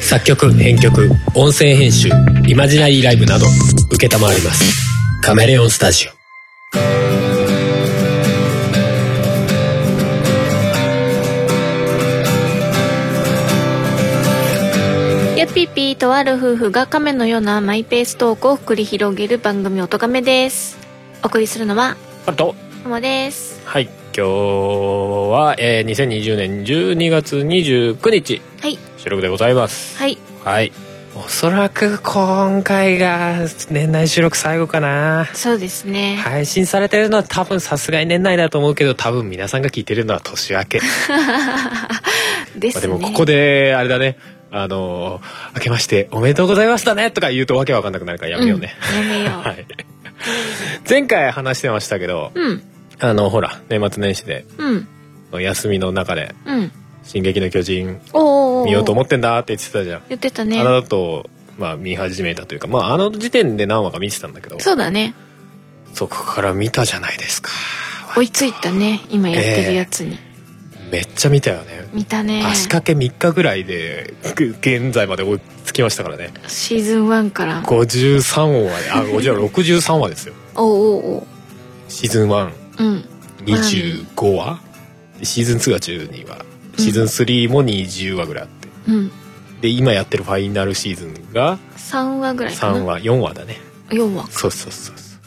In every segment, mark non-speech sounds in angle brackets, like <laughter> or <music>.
作曲編曲音声編集イマジナリーライブなど承りますカメレオンスタジオやっぴーぴーとある夫婦が亀のようなマイペーストークを繰り広げる番組おとがめですお送りするのはあとともですはい今日は、えー、2020年12月29日はい収録でございますはいはいおそらく今回が年内収録最後かなそうですね、配信されてるのは多分さすがに年内だと思うけど多分皆さんが聞いてるのは年明けでまあすでねもここであれだねあのー「明けましておめでとうございましたね」とか言うとわけわかんなくなるからやめようね、うん、やめよう、はい前回話してましたけどうんあのほら年末年始でうんの休みの中でうん「進撃の巨人おー」おーおー見ようと思ってんだって言ってたじゃん、言ってたあねのだとまあ見始めたというかまああの時点で何話か見てたんだけどそうだねそこから見たじゃないですか追いついたね今やってるやつに、めっちゃ見たよね見たね足掛け3日ぐらいでぐ現在まで追いつきましたからねシーズン1から53話であ50 63話ですよおおおおシーズンうん125話シーズン2が12話シーズン3も20話ぐらいあってうんで今やってるファイナルシーズンが3話ぐらいかな3話4話だね4話そうそうそうそう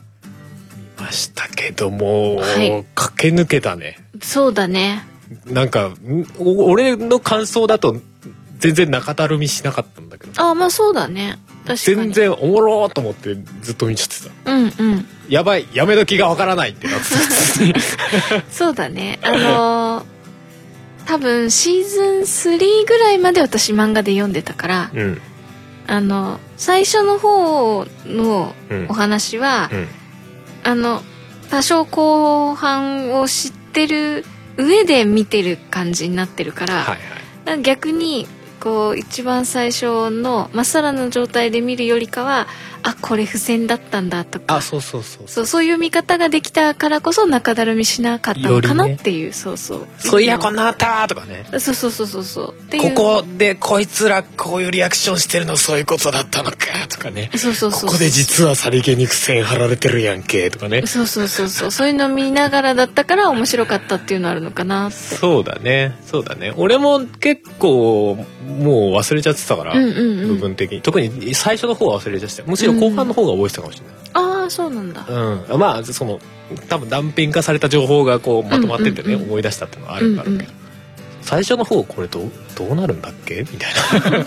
見ましたけども、はい駆け抜けたねそうだねなんかんお俺の感想だと全然中だるみしなかったんだけどあまあそうだね確かに全然おもろーと思ってずっと見ちゃってたうんうんやばいやめ時がわからないってなってた <laughs> そうだねあのー多分シーズン3ぐらいまで私漫画で読んでたからうんあの最初の方のうんお話は、うんあの多少後半を知ってる上で見てる感じになってるから、はいはい逆にこう一番最初のまっさらの状態で見るよりかはあこれ付箋だったんだとかあそうそうそうそうそういう見方ができたからこそ中だるみしなかったのかなよりねっていう、そうそうそういやこんなあったとかねそうそうそうそうそうっていこうこでこいつらこういうリアクションしてるのそういうことだったのかとかねそうそうそうここで実はさりげに苦戦張られてるやんけとかねそうそうそうそうそういうの見ながらだったから面白かったっていうのあるのかなってそうだねそうだね俺も結構もう忘れちゃってたから、うんうんうん部分的に特に最初の方は忘れちゃってたむしろ後半の方が覚えてたかもしれない、ああそうなんだうんまあその多分断片化された情報がこうまとまっててね、うんうんうん思い出したっていうのはあるんだろうけど、最初の方これどうどうなるんだっけみたい <laughs> な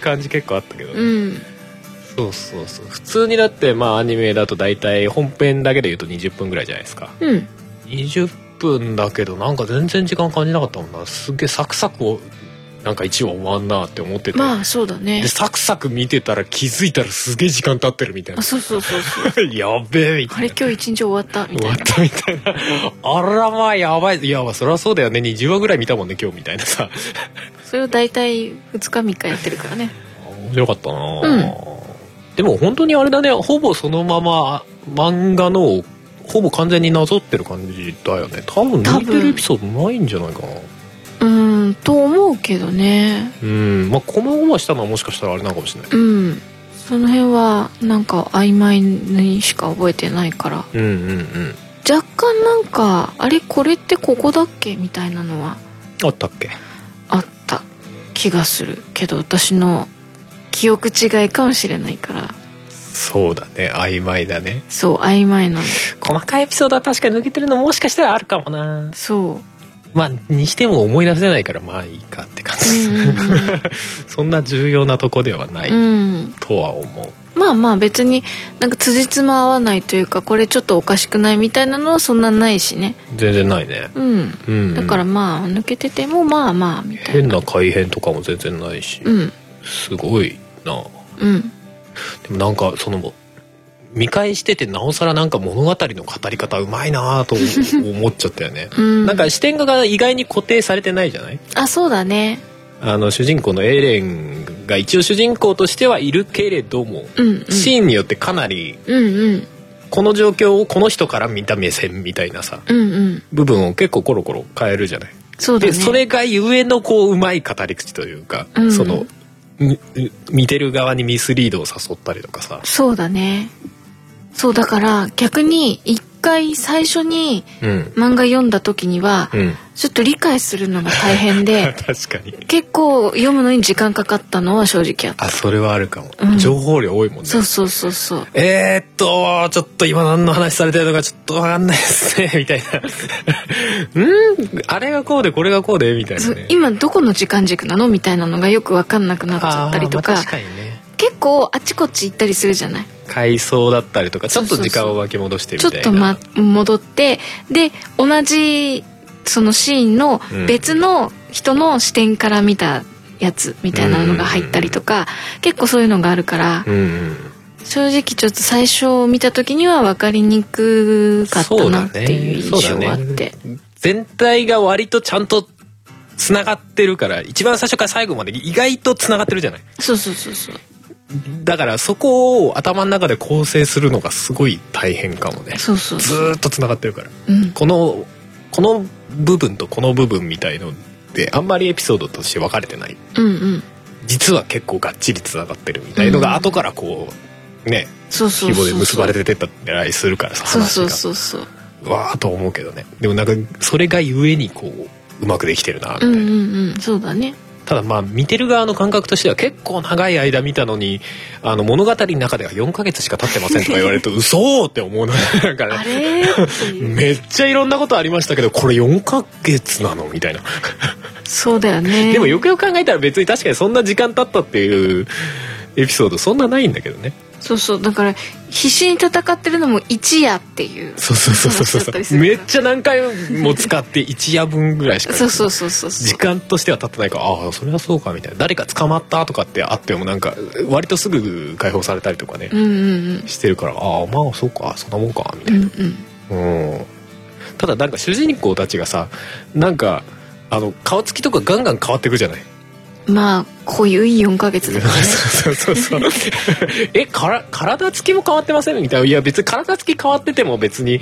感じ結構あったけど、うんそうそうそう普通にだってまあアニメだと大体本編だけで言うと20分ぐらいじゃないですかうん20分だけどなんか全然時間感じなかったもんなすっげえサクサクをなんか1話終わんなって思ってて、まあそうだねでサクサク見てたら気づいたらすげえ時間経ってるみたいあなそうそうそうそう <laughs> やべえみたいなあれ今日一日終わったみ終たわいっなたみたいなあらまあやばいいやまあそりゃそうだよね20話ぐらい見たもんね今日みたいなさそれを大体2日3日やってるからね面白かったな、でも本当にあれだねほぼそのまま漫画のをほぼ完全になぞってる感じだよね多分多似分てるエピソードないんじゃないかなうんと思うけどねうんまあ細々したのはもしかしたらあれなのかもしれないうんその辺はなんか曖昧にしか覚えてないからうんうんうん若干なんかあれこれってここだっけみたいなのはあったっけあった気がするけど私の記憶違いかもしれないからそうだね曖昧だねそう曖昧なの細かいエピソードは確かに抜けてるのもしかしたらあるかもなそうまあにしても思い出せないからまあいいかって感じうんうんそんな重要なとこではないうん、うん、とは思う。まあまあ別になんか辻褄合わないというかこれちょっとおかしくないみたいなのはそんなないしね全然ないね。うんうん、だからまあ抜けててもまあまあみたい変なな改変とかも全然ないし、うんすごいな。うんでもなんかその見返しててなおさらなんか物語の語り方うまいなと <laughs> 思っちゃったよね。うんなんか視点が意外に固定されてないじゃないあそうだねあの主人公のエレンが一応主人公としてはいるけれども、うんうんシーンによってかなりうんうんこの状況をこの人から見た目線みたいなさうんうん部分を結構コロコロ変えるじゃないそうだでねそれがゆえのこううまい語り口というか、うんそのみ見てる側にミスリードを誘ったりとかさ、そうだねそうだから逆に一回最初にうん、漫画読んだ時にはうん、ちょっと理解するのが大変で <laughs> 確かに。結構読むのに時間かかったのは正直あったあ、それはあるかも。うん情報量多いもんね。そうそうそうそうえー、っと、ちょっと今何の話されてるのかちょっとわかんないですね、 <laughs> みたいな。うんあれがこうでこれがこうでみたいなそうね。今どこの時間軸なのみたいなのがよく分かんなくなっちゃったりとか,、あーまあ確かにね。結構あちこち行ったりするじゃない回想だったりとか、ちょっと時間そうそうを巻き戻してみたちょいっな。と、ま、戻ってで同じそのシーンのうん別の人の視点から見たやつみたいなのが入ったりとか結構そういうのがあるからうんうん。正直ちょっと最初見た時には分かりにくかったなっていう印象があっそうだて全体が割とちゃんと繋がってるから、一番最初から最後まで意外と繋がってるじゃない。そうそうそうそうだからそこを頭の中で構成するのがすごい大変かもね。そうそうずそうーっと繋がってるから。うんこのこの部分とこの部分みたいのってあんまりエピソードとして分かれてないうんうん実は結構がっちりつながってるみたいのうんが後からこうねそうそう規そ模でうそう結ばれてったりするからさそう話そうがそうそうわーっと思うけどねでもなんかそれがゆえにこううまくできてるなみたういんな、うんうんそうだねただまあ見てる側の感覚としては結構長い間見たのにあの物語の中では4ヶ月しか経ってませんとか言われると嘘ーって思うのなんかあね <laughs> れーっていうめっちゃいろんなことありましたけどこれ4ヶ月なのみたいなそうだよねでもよくよく考えたら別に確かにそんな時間経ったっていうエピソードそんなないんだけどねそうそうだから必死に戦ってるのも一夜っていうそうそうそうそうそうだったそりうすそるうからめっちゃ何回も使って一夜分ぐらいしかそうそうそうそう時間としては経ってないからああそれはそうかみたいな誰か捕まったとかってあってもなんか割とすぐ解放されたりとかね、うんうんしてるからああまあそうかそんなもんかみうたいんうな、んうんうん、ただなんか主人公たちがさなんかあの顔つきとかガンガン変わってくじゃないまあ濃ゆい4ヶ月だからねそうそうそうそうえから体つきも変わってませんみたいないや別に体つき変わってても別に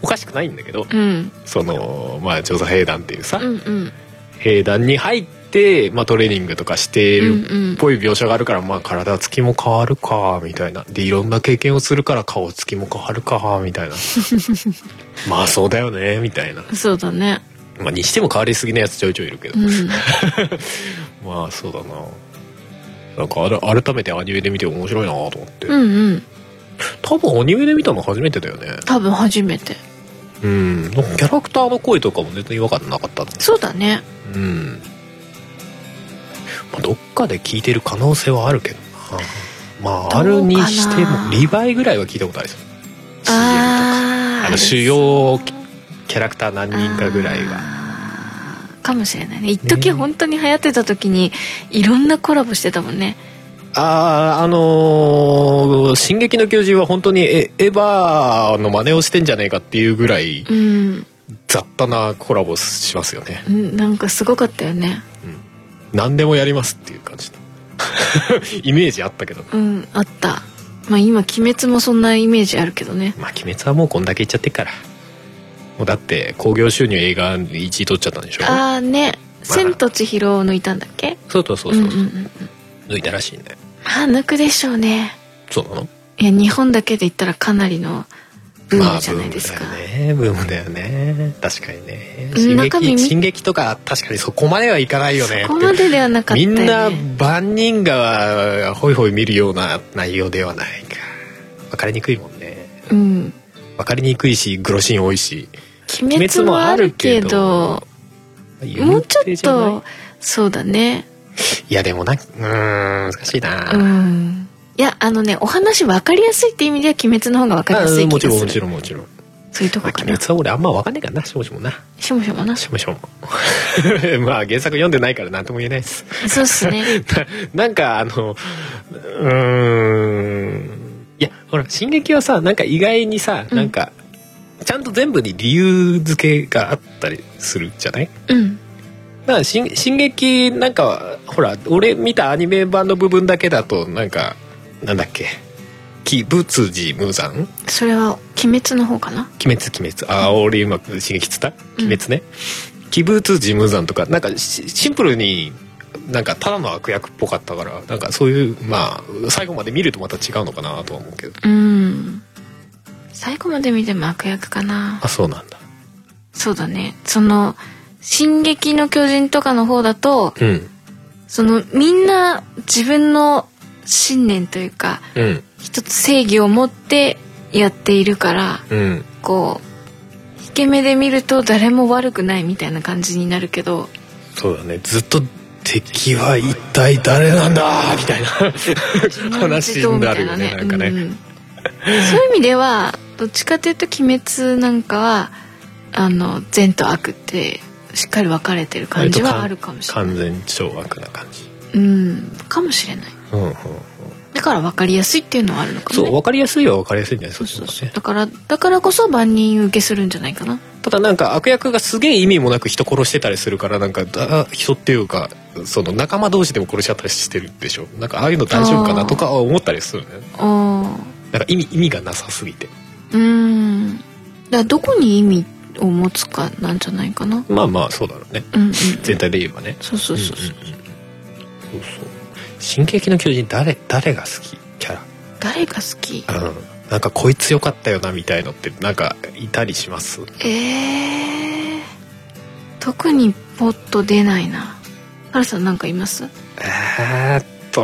おかしくないんだけどうんそのまあ調査兵団っていうさ、うんうん兵団に入って、まあ、トレーニングとかしてうんるうんっぽい描写があるから、まあ体つきも変わるかみたいなでいろんな経験をするから顔つきも変わるかみ <laughs> たいなまあそうだよねみたいな、そうだねまあ、にしても変わりすぎなやつちょいちょいいるけどう、んまあそうだななんかあら改めてアニメで見て面白いなと思って、うんうん多分アニメで見たの初めてだよね多分初めてうんなんかキャラクターの声とかも全然違和感なかったのそうだねうん、まあ、どっかで聞いてる可能性はあるけどなまああどうるかなにしてもリヴァイぐらいは聞いたことあるですよ CM とかあーあの主要キャラクター何人かぐらいがあーかもしれないね一時ね本当に流行ってた時にいろんなコラボしてたもんねあああのー進撃の巨人」は本当にエエヴァの真似をしてんじゃねえかっていうぐらいうん雑多なコラボしますよねうんなんかすごかったよね何でもやりますっていう感じの <laughs> イメージあったけどうんあったまあ今「鬼滅」もそんなイメージあるけどねまあ鬼滅はもうこんだけいっちゃってっからもうだって興行収入映画1位取っちゃったんでしょああね「千と千尋」を抜いたんだっけそうそうそううそんう、うんうん抜いたらしいねまあ抜くでしょうねそうなのいや日本だけで言ったらかなりのブーまあムじゃないですか、ブームだよねブームだよね確かにねうん進中身撃見進撃とか確かにそこまではいかないよねそこまでではなかったみよねんな万人がホイホイ見るような内容ではないか分かりにくいもんねうん分かりにくいしグロシーン多いし鬼滅もあるけどもうち有名ょっじゃないとそうだねいやでもなうーん難しいな、うんいやあのねお話分かりやすいって意味では鬼滅の方が分かりやすいあも気ちろんがもすちるろんもちろん。そういうとまこあ、か鬼な滅は俺あんま分かんねえからな、しょぼしょぼな。しょもしょもなしそょぼしょぼ。まあ原作読んで <laughs> ないから何とも言えないです。 <laughs> うっすねななんかあの、うーん。いや、ほら、進撃はさ、なんか意外にさ、うんなんか、ちゃんと全部に理由付けがあったりするじゃないうんだから進進撃なんかほら俺見たアニメ版の部分だけだとなんかなんだっけ「鬼仏寺無惨」それは鬼滅の方かな鬼滅鬼滅ああ俺今刺激つったうん鬼滅ね鬼仏寺無惨とかなんかシシンプルになんかただの悪役っぽかったからなんかそういうまあ最後まで見るとまた違うのかなとは思うけどうん最後まで見ても悪役かなあそうなんだそうだねその「進撃の巨人」とかの方だとうんそのみんな自分の信念というかうん一つ正義を持ってやっているからうんこう引け目で見ると誰も悪くないみたいな感じになるけどそうだねずっと敵は一体誰なんだみたいな話になるよねなんかね、うんそういう意味ではどっちかというと「鬼滅」なんかはあの善と悪ってしっかり分かれてる感じはあるかもしれない、完全懲悪な感じうん、かもしれないうんうんだから分かりやすいっていうのはあるのかそもうね分かりやすいは分かりやすいんじゃないそそうっちそのう方そうがねだからだからこそ万人受けするんじゃないかなただなんか悪役がすげえ意味もなく人殺してたりするからなんかだ人っていうかその仲間同士でも殺しちゃったりしてるでしょなんかああいうの大丈夫かなとかは思ったりするねおなんか意味意味がなさすぎてーうんだからどこに意味を持つかなんじゃないかなまあまあそうだろうねうんうん全体で言えばねそうそうそうそう、んんんそうそう進撃の巨人誰誰が好きキャ誰が好きラうんなんかこいつ良かったよなみたいのってなんかいたりしますえー、特にポッと出ないなハルさんなんかいますえーっと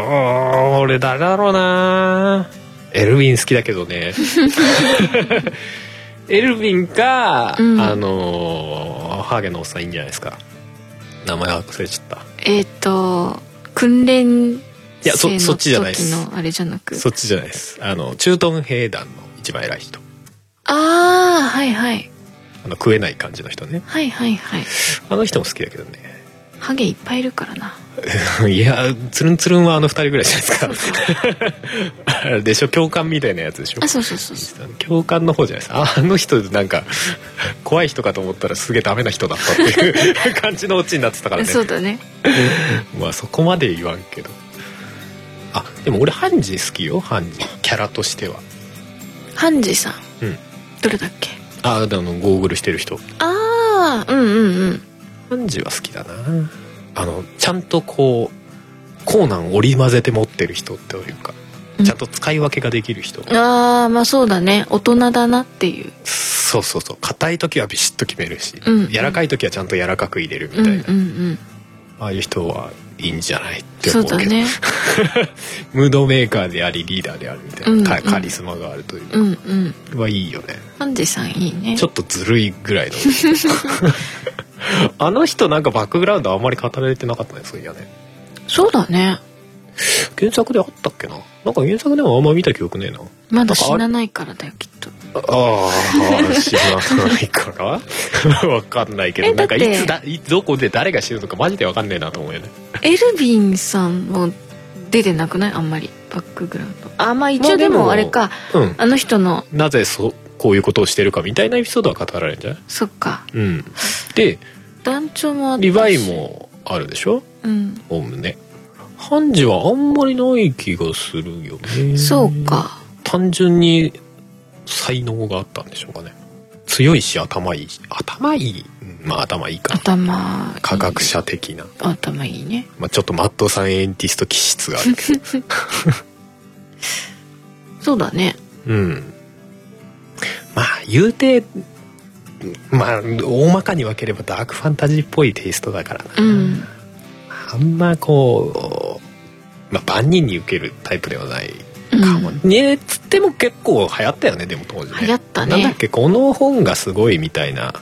俺誰だろうなエルヴィン好きだけど <laughs> ねエルヴィンか、うんあのーハーゲンのおっさんいいんじゃないですか名前忘れちゃったえっ、と訓練いやそ生のそっちじゃないです時のあれじゃなくそっちじゃないですあの駐屯兵団の一番偉い人ああはいはいあの食えない感じの人ねはいはいはいあの人も好きだけどね <laughs> ハゲいっぱいいるからないやつるんつるんはあの二人ぐらいじゃないです <laughs> かあれでしょ共感みたいなやつでしょあそうそうそうそ共感の方じゃないですかああの人なんか怖い人かと思ったらすげえダメな人だったっていう感じのオチになってたかうらねそうだねまあそこまで言わんけどあでも俺ハンジ好きよハンジキャラとしてはハンジさん、うんどれだっけああのゴーグルしてる人ああうんうんうんハンジは好きだなあのちゃんとこうコーナン織り交ぜて持ってる人っていうかうんちゃんと使い分けができる人、ああまあそうだね大人だなっていうそうそうそう硬い時はビシッと決めるし、うん柔らかい時はちゃんと柔らかく入れるみうたんいな、うんうんああいう人はいいんじゃないってそ思ううけどだねムードメーカーでありリーダーであるみたいな、うんうんカカリスマがあるといううんうんのはいいよねハンジさんいいねちょっとずるいぐら <laughs> いのあの人なんかバックグラウンドあんまり語られてなかったねそういやねそうだね原作であったっけななんか原作でもあんま見た記憶ねえなまだ死なないからだよきっとああ知らないから <laughs> わかんないけえどなんかいつだだいどこで誰が死ぬのかマジでわかんねえなと思うよねエルヴィンさんも出てなくないあんまりバックグラウンドあまあ一ま応あででももあれかうんあの人のなぜそうこういうことをしてるかみたいなエピソードは語られるんじゃないそっかうんで団長もあったしリヴァイもあるでしょうんおおむねハンジはあんまりない気がするよねそうか単純に才能があったんでしょうかね強いし頭いいし頭いいうんまあ頭いいか頭いい科学者的な、頭いいねまあ、ちょっとマッドサイエンティスト気質がある <laughs> けどそうだねうんまあ言うてまあ大まかに分ければダークファンタジーっぽいテイストだからなうんあんまこう、まあ、万人に受けるタイプではないうんかも、ねつっても結構流行ったよねでも当時ね流行ったねなんだっけこの本がすごいみたいな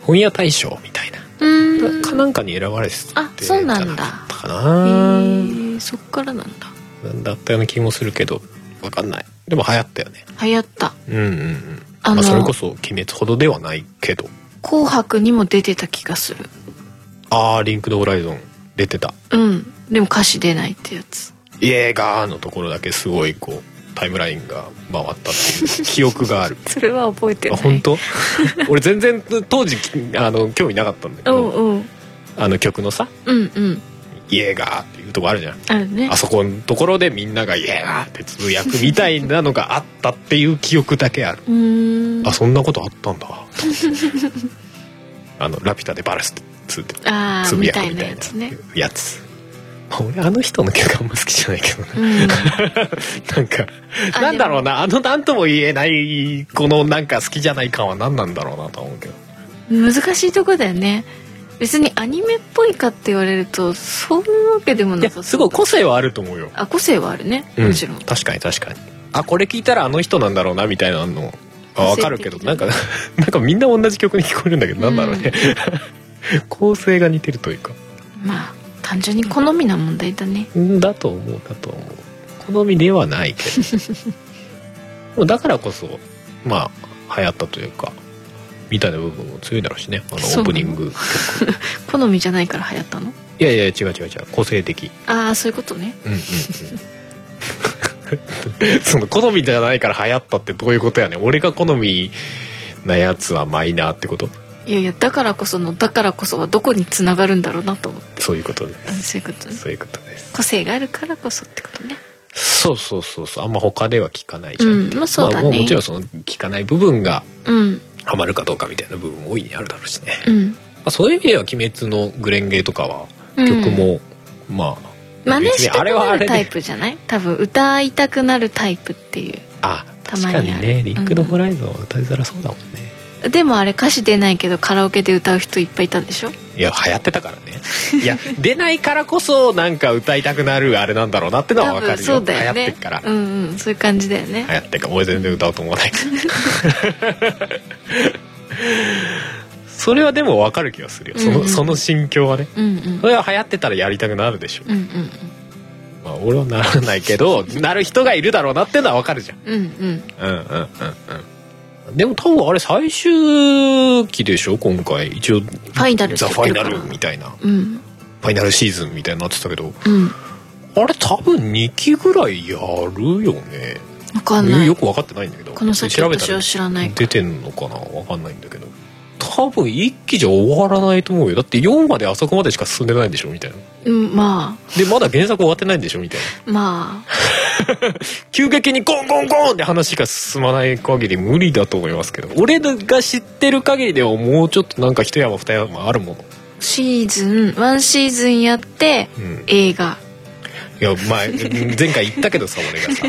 本屋大賞みたいな、うんかなんかに選ばれてたあそうなんだじゃかったかへなーそっからなんだだったような気もするけどわかんないでも流行ったよね流行ったうんうんうんあまのあ、それこそ「鬼滅」ほどではないけど紅白にも出てた気がするあーリンクドホライゾン出てたうんでも歌詞出ないってやつ「イエーガー」のところだけすごいこうタイムラインが回ったっていう記憶があ <laughs> るそれは覚えてあ本 <laughs> 当俺全然当時きあの興味なかったんだけうんどうんあの曲のさうんうん「イエーガー」っていうとこあるじゃんあるねあそこのところでみんなが「イエーガー」ってつぶやくみたいなのがあったっていう記憶だけあるうーんあそんなことあったんだと思ってあの「ラピュタ」でバラスつってあーつぶみやくたいみ <laughs> なたいやなつねやつまあ、俺あの人の曲あんま好きじゃないけどね、うん、なんかあなんだろうなあのなんとも言えないこのなんか好きじゃない感は何なんだろうなとは思うけど難しいとこだよね別にアニメっぽいかって言われるとそういうわけでもいやなさすそごうい個性はあると思うよ、あ個性はあるねうんもちろん、確かに確かにあこれ聞いたらあの人なんだろうなみたいなのあわかるけど個性的なだんか <laughs> なんかみんな同じ曲に聞こえるんだけど、なんだろうね <laughs> 構成が似てるというかまあ単純に好みな問題だねうんだと思うだと思う好みではないけど <laughs> でもだからこそまあ流行ったというかみたいな部分も強いだろうしねあのオーそうなのプニング好みじゃないから流行ったのいやいや違う違う違う個性的ああそういうことねうんうんうん <laughs> その好みじゃないから流行ったってどういうことやねん俺が好みなやつはマイナーってこといやいやだからこそのだからこそはどこにつながるんだろうなと思ってそういうことでうんそういうことねすそういうことです個性があるからこそってことねそうそうそうそうあんま他では聞かないじゃん、うんまあそうだねももちろんその聞かない部分がうんハマるかどうかみたいな部分も大いにあるだろうしね、うんまあ、そういう意味では「鬼滅のグレンゲ」とかはうん曲も、まあ真似別にしたあくれはあなれるタイでプじゃない多分歌いたくなるタイプっていあた確まにかあるにね「リンク・うのんホライゾン」は歌いづらそうだもんね、うでもあれ歌詞出ないけどカラオケで歌う人いっぱいいたんでしょいや流行ってたからねいや出ないからこそなんか歌いたくなるあれなんだろうなってのは多分か分るそようだよ流行っねてっから、うんうんそういう感じだよね流行ってっから俺全然歌おうと思わないそれはでも分かる気がするよその,、うんうんその心境はねうんうんそれは流行ってたらやりたくなるでしょ、うんまあ、俺はならないけどなる人がいるだろうなってのは分かるじゃんうんうんうんうんうんうんうんでも多分あれ最終期でしょ今回一応ファイナルってザ・言ファってイるかナらルみたいなフうんァイナルシーズンみたいになってたけどうんあれ多分2期ぐらいやるよね分かんないよく分かってないんだけどこの先調べた私らは知らない出てんのかな分かんないんだけど多分1期じゃ終わらないと思うよだって4まであそこまでしか進んでないんでしょみたいなうんまでまだ原作終わってないんでしょみたいなあまあ急激にゴンゴンゴンって話が進まない限り無理だと思いますけど俺が知ってる限りではもうちょっとなんか一山二山あるものシーズン1シーズンやってうん映画いや前前回言ったけどさ俺が <laughs> さ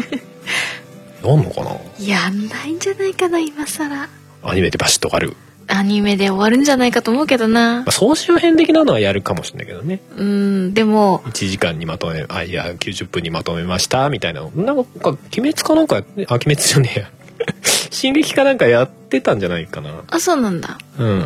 やんのかなやんないんじゃないかな今更アニメでバシッとある、アニメで終わるんじゃないかと思うけどなまあ、総集編的なのはやるかもしれないけどねうんでも1時間にまとめあいや90分にまとめましたみたいななんか鬼滅かなんかやってあ鬼滅じゃねえや <laughs> 進撃かなんかやってたんじゃないかなあそうなんだうん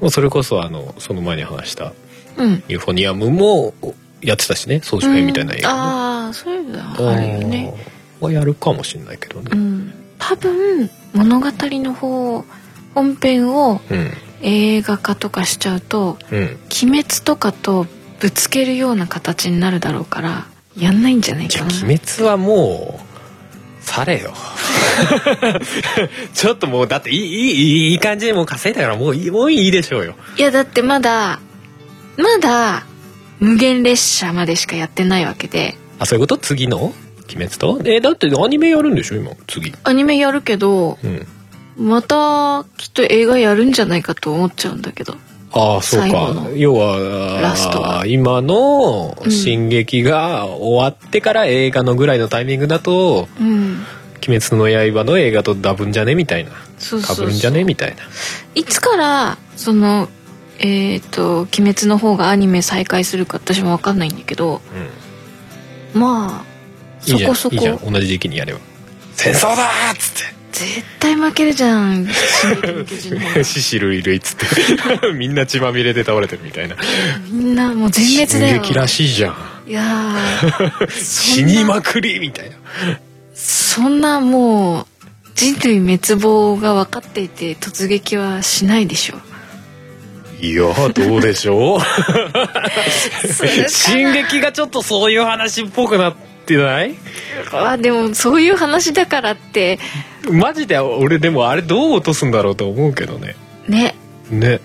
もうそれこそあのその前に話したうんユーフォニアムもやってたしね総集編みたいな映うん画ね、ああそういうのうん、はあるよねはやるかもしれないけどうねん多分物語の方本編をうん映画化とかしちゃうとうん「鬼滅」とかとぶつけるような形になるだろうからやんないんじゃないじゃかあな鬼滅はもうされよ <laughs> ちょっともうだっていいいいいい感じでもう稼いだからもういいもういいでしょうよいやだってまだまだ無限列車までしかやってないわけであそういうこと次の鬼滅とえだってアニメやるんでしょ今次アニメやるけどうんまたきっと映画やるんじゃないかと思っちゃうんだけどああそう最後かの要はラストが今のうん進撃が終わってから映画のぐらいのタイミングだと、うん鬼滅の刃の映画とダブんじゃねみたいなそうかそぶるうんじそゃうねみたいないつからそのえっ、と「鬼滅」の方がアニメ再開するか私も分かんないんだけどうんまあいそいじゃんこそいいじゃんこ同じ時期にやれば戦争だーっつっ絶対負けるじゃん進撃の巨人の方 <laughs> てがシシルイルイっつって <laughs> みんな血まみれで倒れてるみたいなみんなもう全滅だよ撃らしいじゃんいやー死そんなにまくりみたいなそんなもう人類滅亡が分かっていて突撃はしないでしょいやーどうでし <laughs> ょうするか <laughs> な進撃がちょっとそういう話っぽくなってない <laughs> あでもそういう話だからってマジで俺でもあれどう落とすんだろうと思うけどねねね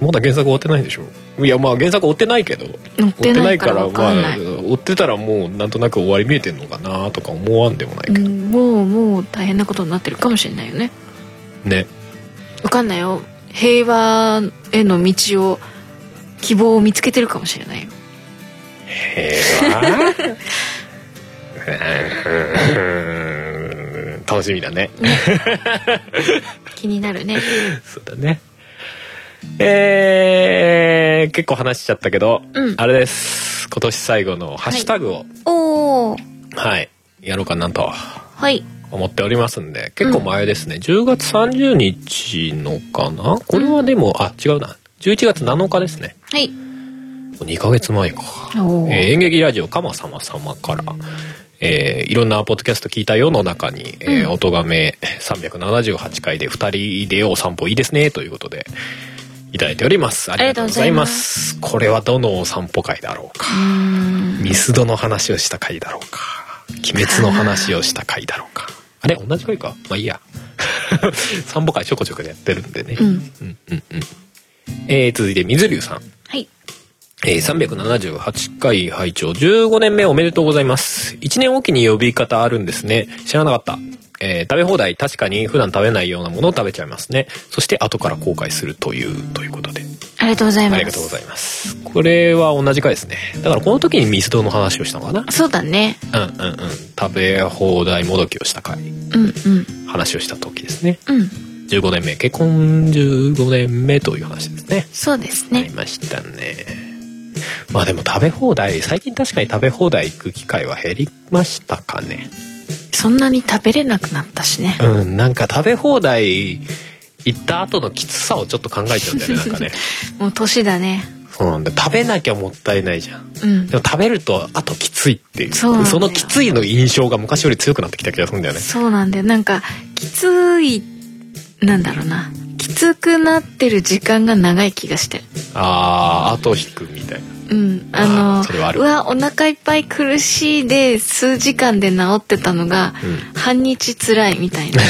まだ原作終わってないでしょいやまあ原作追ってないけど乗っ追てってなないいかかららま分かんなあい追ってたらもうなんとなく終わり見えてんのかなとか思わんでもないけうど、ん、もうもう大変なことになってるかもしれないよねね分かんないよ平和への道を希望を見つけてるかもしれないよ平和うーん楽しみだね気になるねそうだねえー、結構話しちゃったけど、うんあれです今年最後のハッシュタグをおおはい、やろうかなとはい思っておりますんで結構前ですね、10月30日のかなこれはでも、あ違うな11月7日ですねはい2ヶ月前かおーえー演劇ラジオかまさま様から、えーいろんなポッドキャスト聞いたよの中に、えーうん音がめ378回で2人でお散歩いいですねということでいただいておりますありがとうございますこれはどのお散歩会だろうかうーんミスドの話をした回だろうか鬼滅の話をした回だろうかあれ同じ回かまあいいや <laughs> 散歩会ちょこちょこやってるんでね、うんうんうんうんえー続いて水流さんはいえー378回拝聴15年目おめでとうございます1年おきに呼び方あるんですね知らなかったえー食べ放題確かに普段食べないようなものを食べちゃいますねそして後から後悔するというということでありがとうございまあすりがとうございますこれは同じ回ですねだからこの時にミスドの話をしたのかなそうだねうんうんうん食べ放題もどきをした回うんうん話をした時ですねうん15年目結婚15年目という話ですねそうですありねましたねまあでも食べ放題最近確かに食べ放題行く機会は減りましたかねそんなに食べれなくなったしねうんなんか食べ放題行った後のきつさをちょっと考えちゃうんだよねなんか <laughs> ねもう年だねそうなんだ食べなきゃもったいないじゃんうんでも食べるとあときついっていうそうなんだよのきついの印象が昔より強くなってきた気がするんだよねそうなんだよなんかきついなんだろうなきつくなってる時間が長い気がしてああ後引くみたいな <laughs> うんああのーそれはあるうわお腹いっぱい苦しいで数時間で治ってたのが、う半日辛いみたい <laughs> ない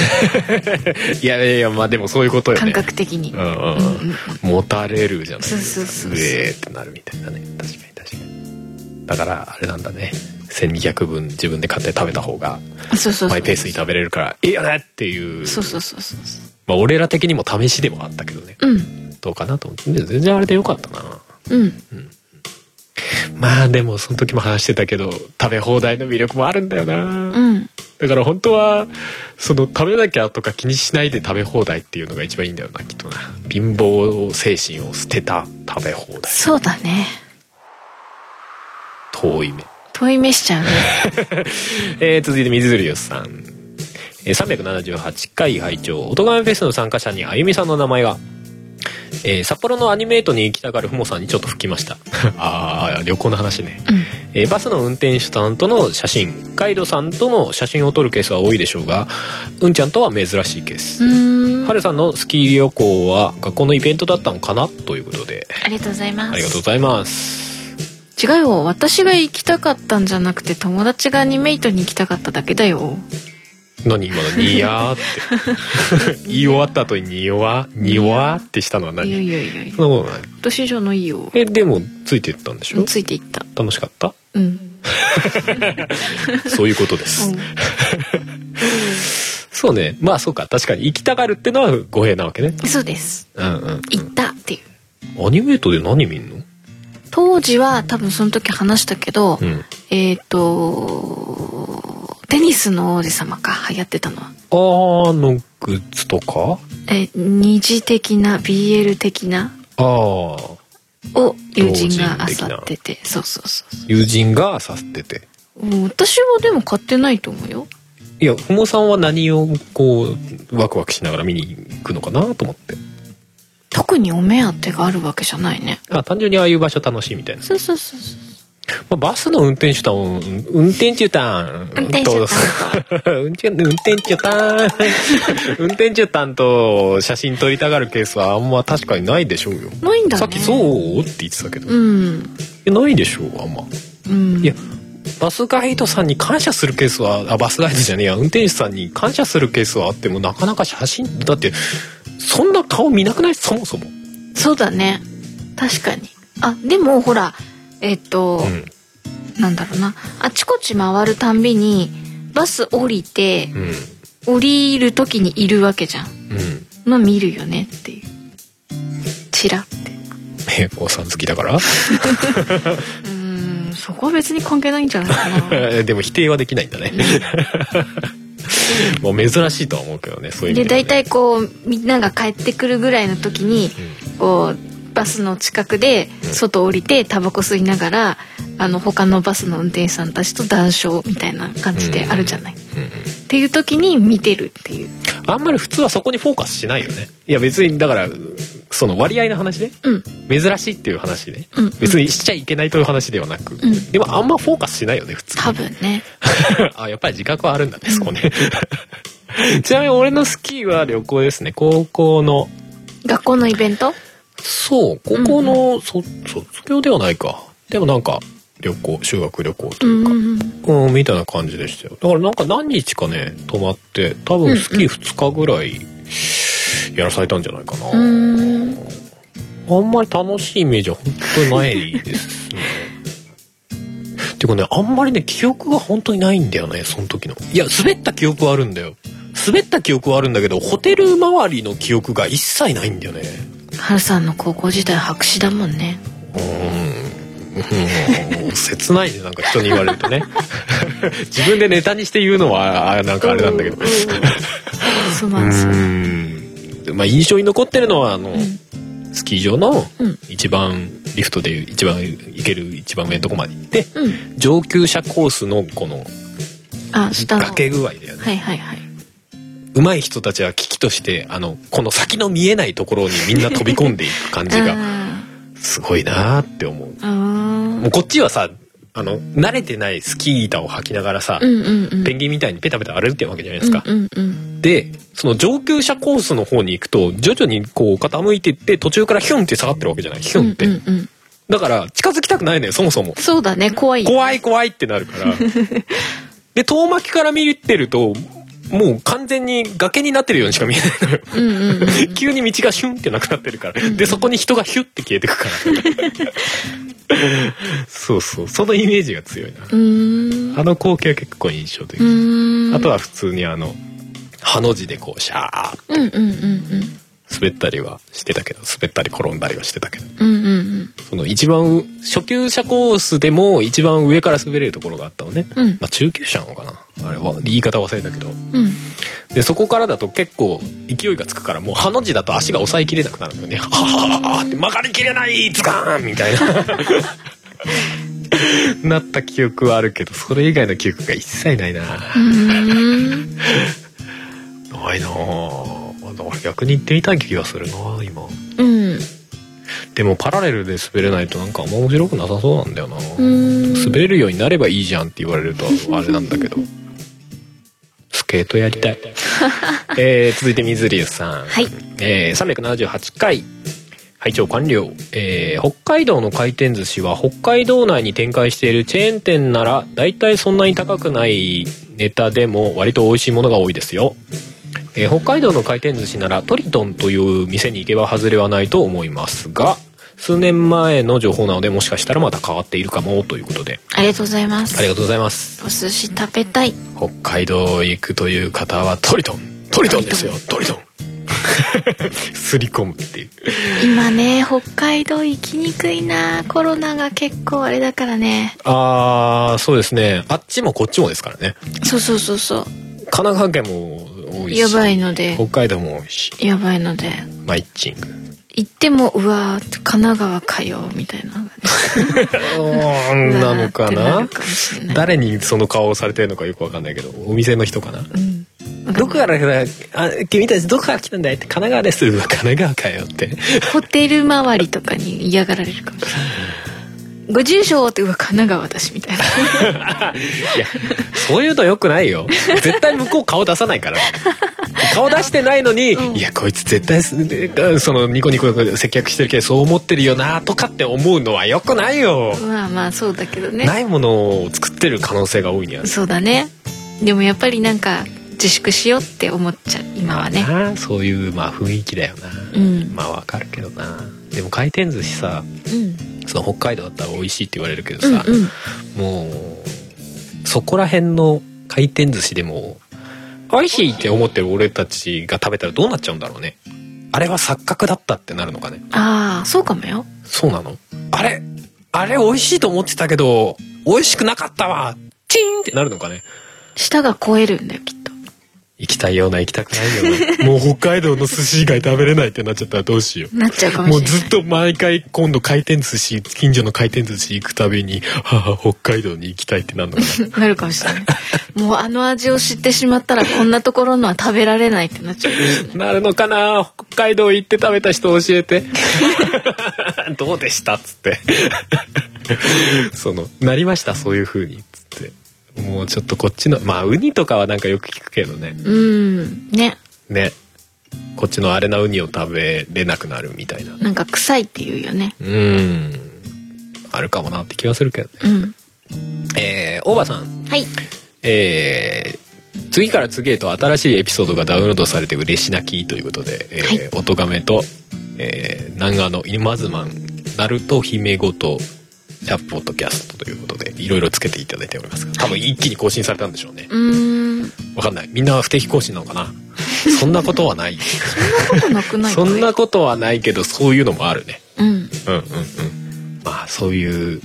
やいやいやまあでもそういうことよね感覚的に、うんうんうん持たれるじゃないですかそうそうそうそううえーってなるみたいなね確かに確かにだからあれなんだね1200分自分で買って食べた方がそうそうそうマイペースに食べれるからいいよねっていうそうそうそうそうそまあ俺ら的にも試しでもあったけどねううんどうかなと思ってでも全然あれでよかったなうんまあでもその時も話してたけど食べ放題の魅力もあるんだよな、うんだから本当はその食べなきゃとか気にしないで食べ放題っていうのが一番いいんだよなきっとな貧乏精神を捨てた食べ放題そうだね遠い目遠い目しちゃうねえー続いて水流さん、えー378回拝聴音亀フェスの参加者にあゆみさんの名前が、えー札幌のアニメートに行きたがるふもさんにちょっと吹きました <laughs> あー旅行の話ね、うんえーバスの運転手さんとの写真ガイドさんとの写真を撮るケースは多いでしょうがうんちゃんとは珍しいケース、うーん <laughs> はるさんのスキー旅行は学校のイベントだったのかなということでありがとうございますありがとうございます違うよ私が行きたかったんじゃなくて友達がアニメイトに行きたかっただけだよ何今の「にや」って <laughs> 言い終わった後に「にわ」「にわ」ってしたのはいや何いやいやいやそんなことない私じゃないよえでもついてったんでしょついていった楽しか <laughs> ったうんそういうことです、そうねまあそうか確かに行きたがるってのは語弊なわけねうんそうですうんうん行ったっていうアニメートで何見んの当時は多分その時話したけど、うんえっ、とテニスの王子様か流行ってたのは、あーのグッズとかえ二次的な BL 的なあーを友人が同人的な漁っててそうそうそうそ友人がさせててううん私はでも買ってないと思うよいやふもさんは何をこうワクワクしながら見に行くのかなと思って特にお目当てがあるわけじゃないねあ単純にああいう場所楽しいみたいなそうそうそうそうまあ、バスの運転手たん、運転手たん、運 <laughs> 転手と運転運転手たん、 <laughs> 運転手たんと写真撮りたがるケースはあんま確かにないでしょうよ。ないんだねさっきそうって言ってたけど、うんえないでしょう、あんま。うんいや、バスガイドさんに感謝するケースは、あ、バスガイドじゃねえや、運転手さんに感謝するケースはあっても、なかなか写真、だって、そんな顔見なくないそもそも。そうだね確かにあでもほらえっ、と、うん。なんだろうなあちこち回るたんびにバス降りてうん。降りる時にいるわけじゃんうん。まあ見るよねっていうチラって平行さん好きだからうーんそこは別に関係ないんじゃないか <laughs> なでも否定はできないんだ <laughs> ね。もう珍しいとは思うけどね、そういう意で味では大ね、体こうみんなが帰ってくるぐらいの時に、こうバスの近くで外降りてタバコ吸いながらあの他のバスの運転手さんたちと談笑みたいな感じであるじゃない。うんうんっていう時に見てるっていう。あんまり普通はそこにフォーカスしないよね。いや別にだから、その割合の話ね。うん珍しいっていう話ね。うん別にしちゃいけないという話ではなく。んでもあんまフォーカスしないよね、普通。多分ね。 <laughs> あ、やっぱり自覚はあるんだね、そこね。 <laughs> ちなみに俺のスキーは旅行ですね。高校の。学校のイベント？そう、高校の、そ卒業ではないか。でもなんか、旅行、修学旅行とういうんか。うんうん。うん、みたいな感じでしたよ。だからなんか何日かね、泊まって、多分スキー2日ぐらいやらされたんじゃないかな。うーんあんまり楽しいイメージは本当にないですね。てかね、あんまりね、記憶が本当にないんだよね、その時の。いや、滑った記憶はあるんだよ。滑った記憶はあるんだけど、ホテル周りの記憶が一切ないんだよね。ハルさんの高校時代白紙だもんね。うーん。うん切ないね、なんか人に言われるとね。自分でネタにして言うのは、あなんかあれなんだけどう。うんそうなんですよ。うーんまあ印象に残ってるのはあの、スキー場のうん一番リフトで一番行ける一番上のとこまで行ってうん。上級者コースのこのあ、下の。崖具合だよねはいはいはい。上手い人たちは危機としてあのこの先の見えないところにみんな飛び込んでいく感じがあすごいなーって思うーあもー。うこっちはさあの慣れてないスキー板を履きながらさ、うんうんうん。ペンギンみたいにペタペタ歩いてるわけじゃないですか、うんうんうん。で、その上級者コースの方に行くと、徐々にこう傾いていって、途中からヒュンって下がってるわけじゃないヒュンって。うんうんうん。だから、近づきたくないのよ、そもそも。そうだね、怖い。怖い怖いってなる <laughs> から。で、遠巻きから見てると、もう完全に崖になってるようにしか見えないのよ。うんうんうん。急に道がヒュンってなくなってるから。で、そこに人がヒュッて消えてくから。 <laughs> そうそう。そのイメージが強いな。うーん。あの光景は結構印象的。うーん。あとは。は普通にあの、ハの字でこう、シャーっうんうんうんうん。滑ったりはしてたけど滑ったり転んだりはしてたけどうんうんその一番初級者コースでも一番上から滑れるところがあったのね、うんまあ、中級者なのかなあれは言い方忘れたけどうん。うん。でそこからだと結構勢いがつくからもうハの字だと足が抑えきれなくなるんだよねは <laughs> はははって曲がりきれないズカーンみたい <laughs> ななった記憶はあるけどそれ以外の記憶が一切ないなうーん。ないなあだから逆に行ってみたい気がするな今うん。でもパラレルで滑れないとなんかあんま面白くなさそうなんだよな、うーん滑れるようになればいいじゃんって言われるとあれなんだけどスケートやりたい <laughs> えー続いて水流さん、はいえー378回拝聴完了、えー北海道の回転寿司は北海道内に展開しているチェーン店なら大体そんなに高くないネタでも割と美味しいものが多いですよえー北海道の回転寿司ならトリトンという店に行けば外れはないと思いますが数年前の情報なのでもしかしたらまた変わっているかもということでありがとうございます。ありがとうございますお寿司食べたい。北海道行くという方はトリトントリトンですよトリトン <laughs> すり込むっていう今ね、北海道行きにくいな。コロナが結構あれだからね。ああそうですねあっちもこっちもですからねそうそうそうそう。神奈川県も多いしやばいので北海道も多いしやばいので。マイッチング行っても、うわー、神奈川かよ、みたいな。 <laughs> なのかうわーってなるかもしれない誰にその顔をされてるのかよくわかんないけどお店の人かなうん。どこから来たあ君たちどこから来たんだいって神奈川ですうわ神奈川かよってホテル周りとかに嫌がられるかもしれない。ご住所って、うわ、神奈川だし、み <laughs> たいな。いやそういうのよくないよ絶対向こう顔出さないから顔出してないのに、いやこいつ絶対すでそのニコニコ接客してるけどそう思ってるよなとかって思うのはよくないよ、まあまあ、そうだけどね。ないものを作ってる可能性が多いんやそうだね。でもやっぱりなんか、自粛しようって思っちゃう、今はね。なあそういうまあ雰囲気だよな、うん。まあわかるけどなでも回転寿司さうん。その北海道だったら美味しいって言われるけどうさ、んうん。もうそこら辺の回転寿司でも美味しいって思ってる俺たちが食べたらどうなっちゃうんだろうねあれは錯覚だったってなるのかねああ、そうかもよ。そうなのあれあれ美味しいと思ってたけど美味しくなかったわチーンってなるのかね舌が超えるんだよきっと行きたいような行きたくないようなもう北海道の寿司以外食べれないってなっちゃったらどうしようなっちゃうかもしれもないうずっと毎回今度回転寿司近所の回転寿司行くたびに「はあ北海道に行きたい」ってなるのかななるかもしれないもうあの味を知ってしまったらこんなところのは食べられないってなっちゃうかもしれないなるのかな北海道行って食べた人教えて <laughs> どうでしたっつって <laughs> そのなりましたそういう風にっつってもうちょっとこっちのまあウニとかはなんかよく聞くけどねうんねねこっちのあれなウニを食べれなくなるみたいななんか臭いっていうよねうんあるかもなって気はするけどねうんえー、大場さんはいえー次から次へと新しいエピソードがダウンロードされて嬉し泣きということで、えーは音亀と、えー、南川の今ズマンナルト姫ごとチャッポッドキャストということでいろいろつけていただいておりますが多分一気に更新されたんでしょうねうーんわかんないみんな不定期更新なのか <laughs> なそんなことはないそんなことなくないかそんなことはないけどそういうのもあるねうんうんうんうんまあそういう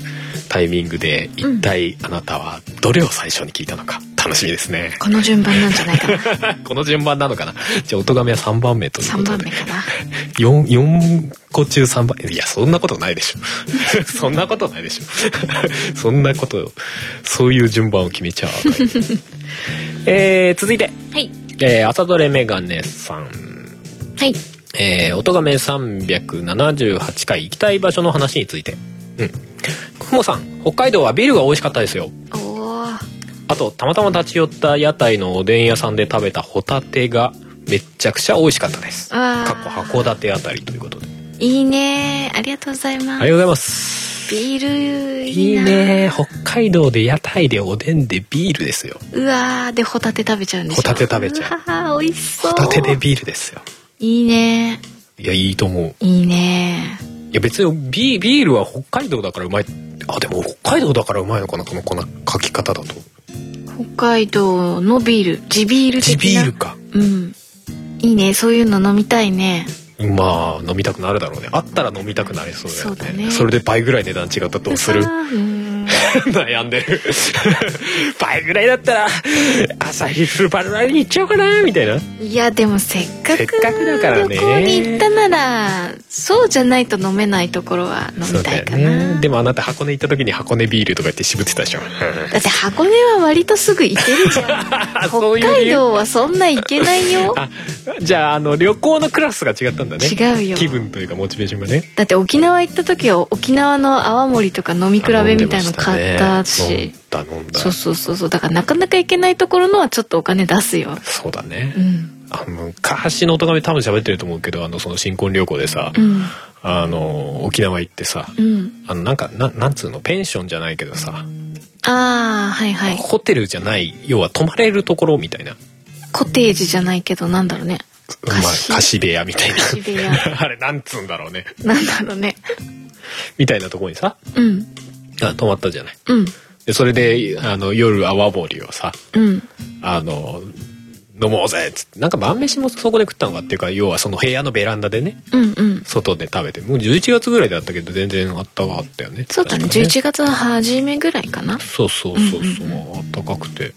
タイミングで一体あなたはどれを最初に聞いたのか楽しみですね、この順番なんじゃないかな <laughs> この順番なのかなじゃあ音亀は3番目というこ3と番で目かな 4, 4個中3番いやそんなことないでしょ <laughs> そんなことないでしょ <laughs> そんなことそういう順番を決めちゃう <laughs> えー、続いて、はいえー、朝どれメガネさんはいえー、音亀378回行きたい場所の話についてうんくもさん北海道はビールが美味しかったですよおおーあとたまたま立ち寄った屋台のおでん屋さんで食べたホタテがめちゃくちゃ美味しかったですあーかっこ函館あたりということでいいねありがとうございまありがすとうございますビールいいいいなね北海道で屋台でおでんでビールですようわーでホタテ食べちゃうんでしょホタテ食べちゃうわー美味しそうホタテでビールですよいいねいやいいと思ういいいねや別にビビールは北海道だからうまいあでも北海道だからうまいのかなこのこの書き方だと北海道のビール地ビール地的ビなールかうんいいねそういうの飲みたいねまあ飲みたくなるだろうねあったら飲みたくなりそうだよねそうだねそれで倍ぐらい値段違ったとするうわーうーん悩んでる <laughs> 倍ぐらいだったら朝日スーパーラリーに行っちゃおうかなみたいないやでもせっかせっくかくだからね旅行に行ったならそうじゃないと飲めないところは飲みたいかなだ,、でもあなた箱根行った時に箱根ビールとか言って渋ってたでしょって箱根は割とすぐ行けるじゃ <laughs> んそう北いう理海由道はそんな行けないよあじゃああの旅行のクラスが違ったんだね違うよ気分というかモチベーションがねだって沖縄行った時は沖縄の泡盛とか飲み比べみたいの買った飲しんだ飲んだそうそうそうそうだからなかなか行けないところのはちょっとお金出すよそうだね、うんあの昔のおとがめ多分喋ってると思うけどあのその新婚旅行でさ、うんあの沖縄行ってさうんあのなんかななんつうのペンションじゃないけどさああはいはいホテルじゃない要は泊まれるところみたいな、コテージじゃないけどなんだろうねまあ、貸し貸し部屋みたい <laughs> 貸し部屋なあれなんつうんだろうねなんだろうねみたいなところにさうんあ泊まったじゃないうんでそれであの夜泡盛をさうんあの飲もうぜっつってなんか晩飯もそこで食ったのかっていうか要はその部屋のベランダでねうんうん外で食べてもう11月ぐらいだったけど全然あったかかったよねそうだね確か11月の初めぐらいかなそうそうそうそう、あったかくて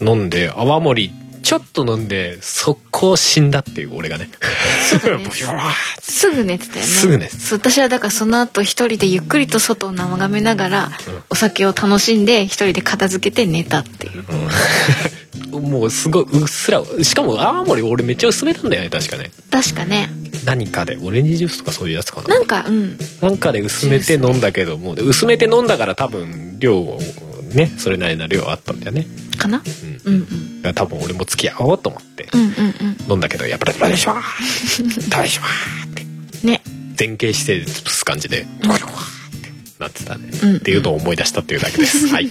飲んで泡盛ちょっと飲んで速攻死んだっていう俺がねそう <laughs> だねブヒュワーすぐ寝てたよねすぐ寝てたそう私はだからその後一人でゆっくりと外を眺めながらお酒を楽しんで一人で片付けて寝たっていう <laughs> もうすごいうっすらしかも泡盛俺めっちゃ薄めたんだよね確かね確かね何かでオレンジジュースとかそういうやつかななんかうんなんかで薄めて飲んだけどもうで薄めて飲んだから多分量をねそれなりな量あったんだよねかなうんうんだから多分俺も付き合おうと思ってうんうんうん飲んだけどやっぱり「大しょ大しょ」ってね前傾姿勢で潰す感じでうんなってたね、うんっていうのを思い出したっていうだけですはい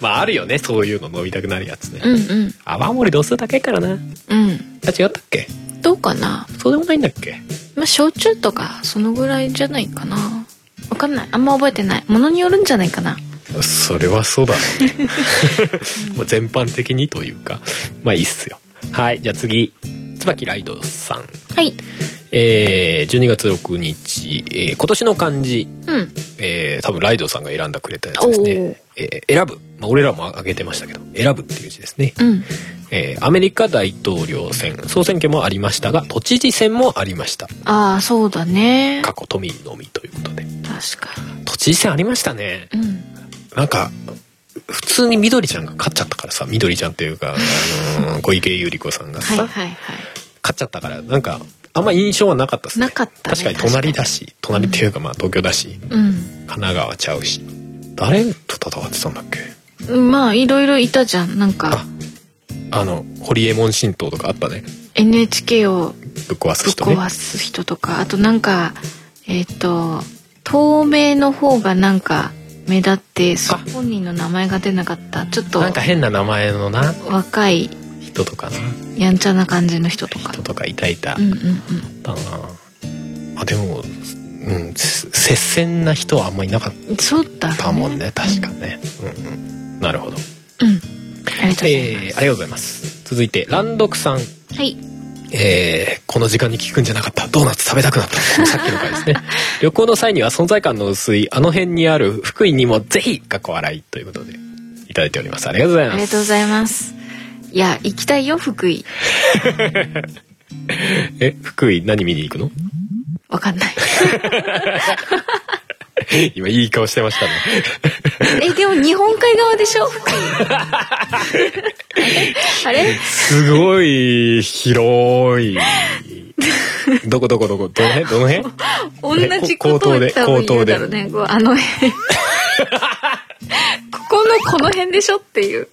まああるよねそういうの飲みたくなるやつね、うんうん泡盛度数高いからなあうん違ったっけどうかなそうでもないんだっけまあ焼酎とかそのぐらいじゃないかなわかんないあんま覚えてないものによるんじゃないかなそれはそうだろうね <laughs> もう全般的にというかまあいいっすよはいじゃあ次椿ライドさんはいえー、12月6日、えー今年の漢字、うんえー多分ライドさんが選んだくれたやつですね。えー選ぶ。まあ、俺らも挙げてましたけど、選ぶっていう字ですね。うんえーアメリカ大統領選、総選挙もありましたが、都知事選もありました。ああそうだね過去都民のみということで。確か都知事選ありましたね。にうんなんか、普通に緑ちゃんが勝っちゃったからさ、緑ちゃんっていうか、あ <laughs> のー小池百合子さんがはいさ、はいはい勝っちゃったから、なんか、あんま印象はなかったっすね。なかったね確かに隣だし、隣っていうかまあ東京だし、うん神奈川ちゃうし。誰と戦ってたんだっけまあいろいろいたじゃんなんあか、あの、ホリエモン神道とかあったね。 NHK をぶっ壊ぶすっ人ね。壊す人とかあとなんかえっ、と透明の方がなんか目立ってそあ本人の名前が出なかったちょっとなんか変な名前のな、若い人とかな、やんちゃな感じの人とか人とかいたいた。うんうんうんだなあでもうんせ接戦な人はあんまいなかっそうだたもんね確かねうんうんなるほど、うんありがとうございまえーありがとうございます続いてランドクさんすはいえーこの時間に聞くんじゃなかったドーナツ食べたくなった <laughs> さっきの回ですね旅行の際には存在感の薄いあの辺にある福井にもぜひかっこ笑いということでいただいておりますありがとうございあまりがとうごすざいますいや行きたいよ福井え福井何見に行くのわかんない今いい顔してましたねえでも日本海側で <laughs> しょ福井あれあれすごい広いどこどこどこどの辺どの辺同じことを言った方がいいだろうね。こうあの辺。ここのこの辺でしょっていう。こ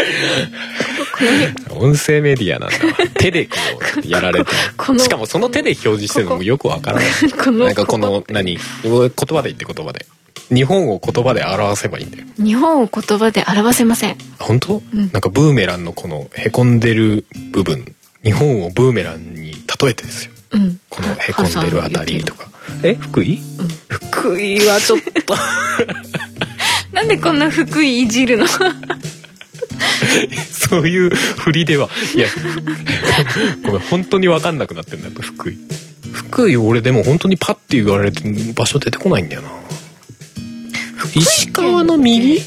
この辺音声メディア <laughs> なんだわ手でこうやられてこのしかもその手で表示してるのもよくわからないこのなんかこの何言葉で言って言葉で日本を言葉で表せばいいんだよ日本を言葉で表せません。本当、んなんかブーメランのこのへこんでる部分日本をブーメランに例えてですようん。このへこんでるあたりとかえ福井、ん福井はちょっとなんでこんな福井いじるの <laughs> そういう振りではいやごめん本当に分かんなくなってんだやっぱ福井福井俺でも本当にパッて言われて場所出てこないんだよな石川の右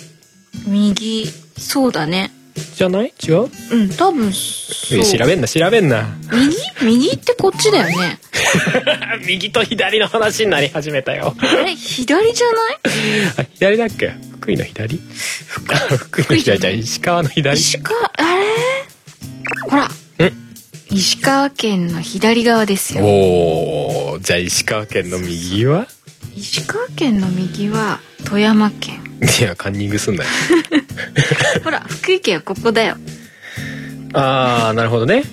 右。そうだね。じゃない違ううん、多分そいう。や調べんな調べんな右右ってこっちだよね。 <laughs> 右と左の話になり始めたよあれ左じゃないあ左だっけ福井の左あ福井の左じゃない石川の左石川、あれほら。石川県の左側ですよ。おおじゃあ石川県の右は石川県の右は富山県いやカンニングすんなよほら福井県はここだよああなるほどね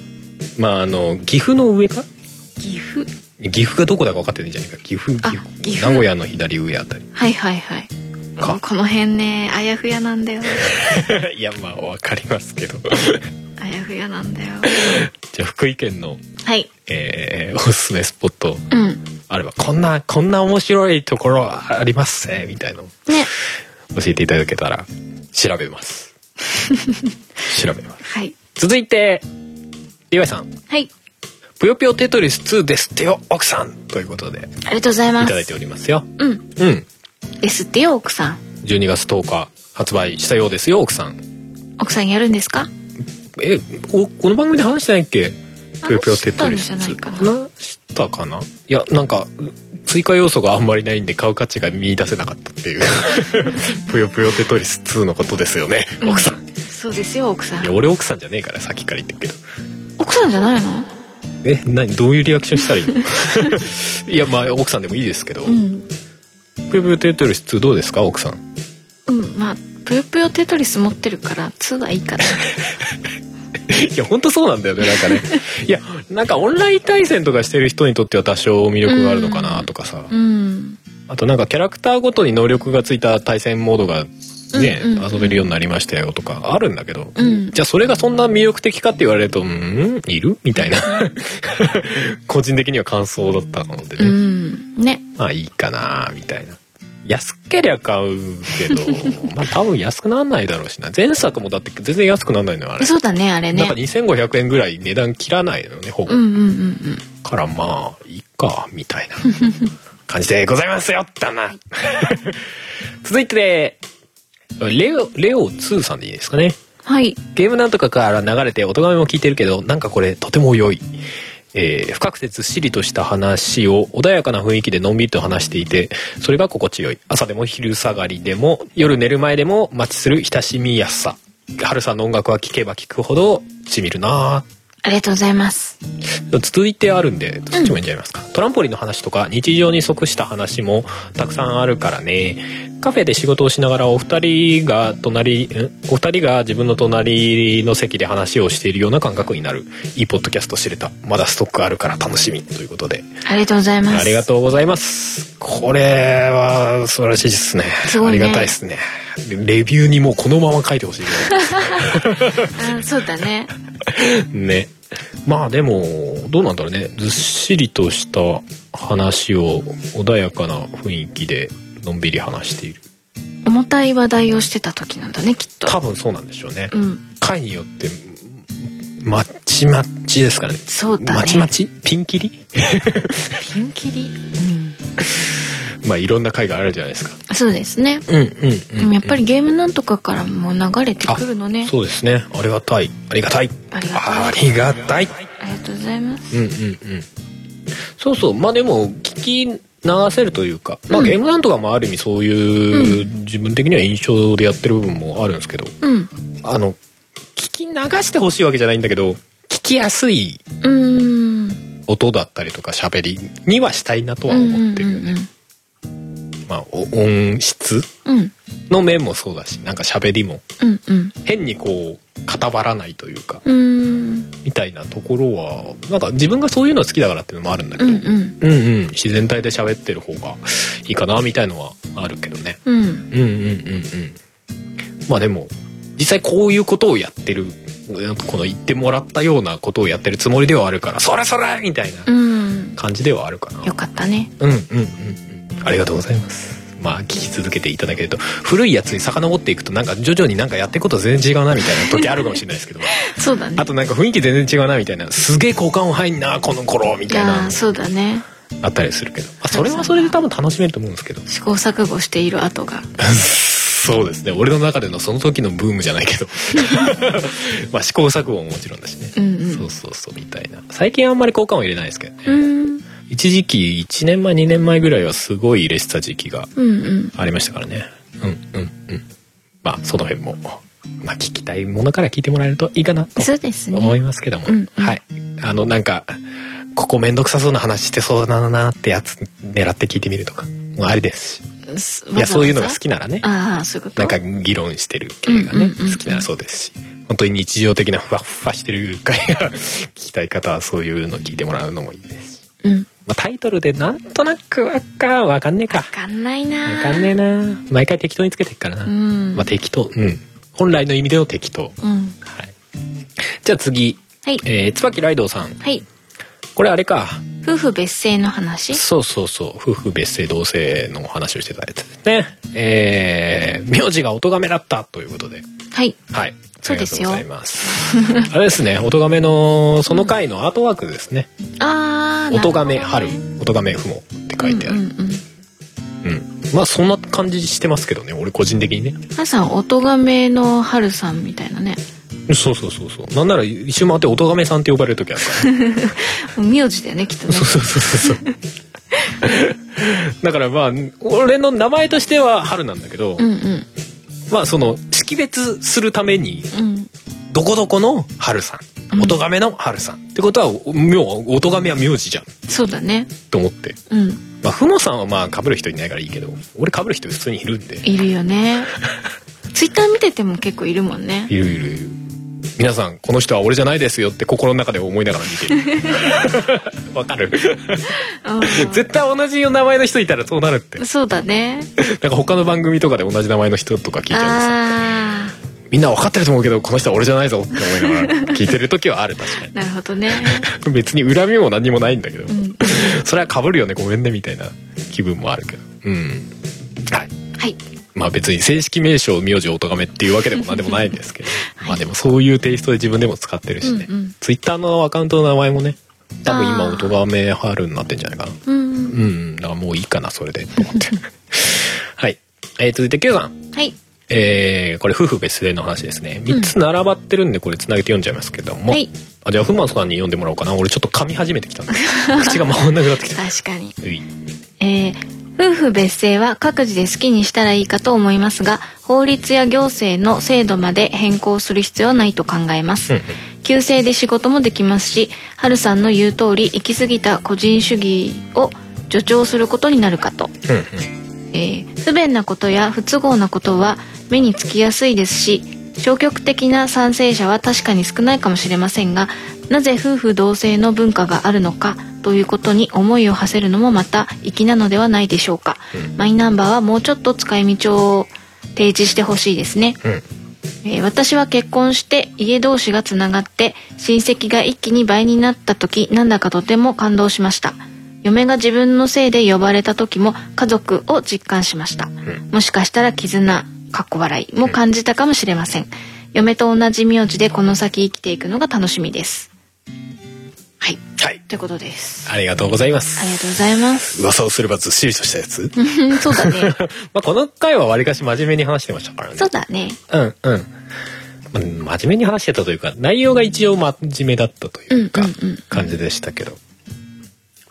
まああの岐阜の上か岐阜岐阜がどこだか分かってないじゃないか岐阜あ岐阜岐阜名古屋の左上あたり <laughs> はいはいはいかこの辺ねあやふやなんだよいやまあ分かりますけど <laughs> あやふやなんだよじゃあ福井県の、はいえーおすすめスポットうんあればこんなこんな面白いところありますねみたいなのね教えていただけたら調べます <laughs> 調べますはい続いて岩井さんはい「ぷよぷよテトリス2ですってよ奥さん」ということでありがとうございいまただいすておりますようんうんですってよ奥さん12月10日発売したようですよ奥さん奥さんやるんですかえおこの番組で話してないっけぷよぷよテトリス話したんじゃないかな話したかないやなんか追加要素があんまりないんで買う価値が見出せなかった <laughs> っていうぷよぷよテトリス2のことですよね奥さん、いそうですよ奥さやん俺奥さんじゃねえからさっきから言ってるけど奥さんじゃないのえ何どういうリアクションしたらいい <laughs> のいやまあ奥さんでもいいですけど、うんぷよぷよテトリス2どうですか奥さんうんまあぷよぷよテトリス持ってるから2はいいかないや本当そうなんだよねなんかねいやなんかオンライン対戦とかしてる人にとっては多少魅力があるのかなとかさ、うんあとなんかキャラクターごとに能力がついた対戦モードがね、うんうんうん遊べるようになりましたよとかあるんだけど、うんじゃあそれがそんな魅力的かって言われると、うん、いるみたいな <laughs> 個人的には感想だったのでうね、んねまあいいかなみたいな。安けりゃ買うけ <laughs> ど、まあ多分安くなんないだろうしな。前作もだって全然安くなんないのよ、あれ。そうだねあれなんねか2500円ぐらい値段切らないのね、ほぼ。うんうんうんうんからまあ、いいかか、みたいな感じでございますよ、旦那。 <laughs> 続いて、レオ、レオ2さんでいいですかね。はい。ゲームなんとかから流れて音がめも聞いてるけど、なんかこれとても良い。えー、不確てずっしりとした話を穏やかな雰囲気でのんびりと話していて、それが心地よい。朝でも昼下がりでも、夜寝る前でもマッチする親しみやすさ。春さんの音楽は聴けば聴くほどしみるなぁありがとうございます。続いてあるんでそっちもいいんじゃないですか、トランポリンの話とか日常に即した話もたくさんあるからねカフェで仕事をしながらお二人が隣んお二人が自分の隣の席で話をしているような感覚になるいいポッドキャスト知れたまだストックあるから楽しみということでありがとうございます。ありがとうございますこれは素晴らしいですねすごあいりねがたいですねレビューにもうこのまま書いてほしいぐらいうんそうだね。ねまあでもどうなんだろうねずっしりとした話を穏やかな雰囲気でのんびり話している重たい話題をしてた時なんだね、きっと。多分そうなんでしょうねうん。回によってまちまちですからねそうだねまちまちピンキリ <laughs> ピンキリ。うん。まあいろんな回があるじゃないですかそうですね。うんうんでもやっぱりゲームなんとかからも流れてくるのね。そうですねありがたいありがたいありがたいありがたいありがとうございます。うんうんうんそうそうまあでも聞き流せるというか、まあ、うんゲームなんとかもある意味そういう、自分的には印象でやってる部分もあるんですけどうん。あの聞き流してほしいわけじゃないんだけど聞きやすいうーん。音だったりとか喋りにはしたいなとは思ってるよね、まあ、お音質うんうんの面もそうだしなんか喋りもうんうん変にこう固まらないというかうんうんみたいなところはなんか自分がそういうの好きだからっていうのもあるんだけうど、んうんうんうん自然体で喋ってる方がいいかなみたいのはあるけどねうんうんうんうんうんまあでも実際こういうことをやってるなんかこの言ってもらったようなことをやってるつもりではあるから「それそれ!」みたいなうん感じではあるかなよかったねうんうんうんうんありがとうございますまあ聞き続けていただけると古いやつに遡っていくとなんか徐々になんかやってること全然違うなみたいな時あるかもしれないですけどそうだねあとなんか雰囲気全然違うなみたいなすげえ好感入んなこの頃みいたいやなーそうだねあったりするけど、まあ、それはそれで多分楽しめると思うんですけ <laughs> ど試行錯誤している後がそうですね俺の中でのその時のブームじゃないけど <laughs> まあ試行錯誤ももちろんだしね、うんうんそうそうそうみたいな最近あんまり交換を入れないですけどね、うん一時期1年前2年前ぐらいはすごい入れてた時期がうんうんありましたからねうんうんうんまあその辺も、まあ、聞きたいものから聞いてもらえるといいかなとそうですね思いますけども、うんうんはいあのなんかここめんどくさそうな話してそうだなってやつ狙って聞いてみるとかもうありですしすいやそういうのが好わきならねざわざああそういうことなんか議論してる系がねうんうんうんうん好きならそうですし本当に日常的なふわっふわしてる回が聞きたい方はそういうの聞いてもらうのもいいですし、うんまあ、タイトルでなんとなくわかわかんねえかわかんないなーわかんねえな毎回適当につけてっからな、うんまあ適当うん本来の意味での適当、うんはい、じゃあ次、はいえー、椿ライドウさんはいこれあれか夫婦別姓の話そうそうそう夫婦別姓同姓の話をしてたやつですねえー、名字が音がめだったということではいはい。そうですよありがとうございます。あれですね、音亀のその回のアートワークですね。ああ音亀春、音亀ふもって書いてある。ううんんうんうんまあそんな感じしてますけどね、俺個人的にね。皆さん音亀の春さんみたいなねそうそうそうそう。なんなら一周回って音亀さんって呼ばれる時あるから。名字だよね <laughs> きっとねそうそうそうそうそう。だからまあ俺の名前としては春なんだけど、うんうんまあその識別するためにうんどこどこの春さうんん音亀の春さん、ってことは名音亀は名字じゃんそうだねと思ってうんまあ、ふもさんはまあ被る人いないからいいけど俺被る人普通にいるんでいるよね <laughs> ツイッター見てても結構いるもんねいるいるいる皆さんこの人は俺じゃないですよって心の中で思いながら見て <laughs> るわかるうん絶対同じ名前の人いたらそうなる <laughs> ってそうだねなんか他の番組とかで同じ名前の人とか聞いちゃうんですよあみんな分かってると思うけどこの人は俺じゃないぞって思いながら聞いてる時はある確かーなるほどねに別に恨みも何にもないんだけど、うん <laughs> それは被るよねごめんねみたいな気分もあるけどうんはいはいまあ別に正式名称名字お咎めっていうわけでも何でもないん <laughs> ですけど、まあでもそういうテイストで自分でも使ってるしね、うんうんツイッターのアカウントの名前もね多分今音がめ春になってんじゃないかなうんうんうんだからもういいかなそれでと思って <laughs> はい、えー、続いて Q さんはいえー、これ夫婦別姓の話ですね3つ並ばってるんでこれつなげて読んじゃいますけども、はいあじゃあフーマンさんに読んでもらおうかな俺ちょっと噛み始めてきた口が回んなくなってきた確かにういえー夫婦別姓は各自で好きにしたらいいかと思いますが法律や行政の制度まで変更する必要はないと考えまうす、んうん旧姓で仕事もできますしハルさんの言う通り行き過ぎた個人主義を助長することになるかと、うんうんえー不便なことや不都合なことは目につきやすいですし消極的な賛成者は確かに少ないかもしれませんがなぜ夫婦同姓の文化があるのかということに思いを馳せるのもまた粋なのではないでしょうか、マイナンバーはもうちょっと使い道を提示してほしいですね、うんえー私は結婚して家同士がつながって親戚が一気に倍になった時なんだかとても感動しました嫁が自分のせいで呼ばれた時も家族を実感しました、もしかしたら絆かっこ笑いも感じたかもしれません、嫁と同じ名字でこの先生きていくのが楽しみですはいはいということですありがとうございまありがすとうございます噂をすればずっしりとしたやつ <laughs> そうだ <laughs> ね <laughs> まあこの回はわりかし真面目に話してましたからねそうだねうんうん、まあ、真面目に話してたというか内容が一応真面目だったというかうんうんうん感じでしたけど、ま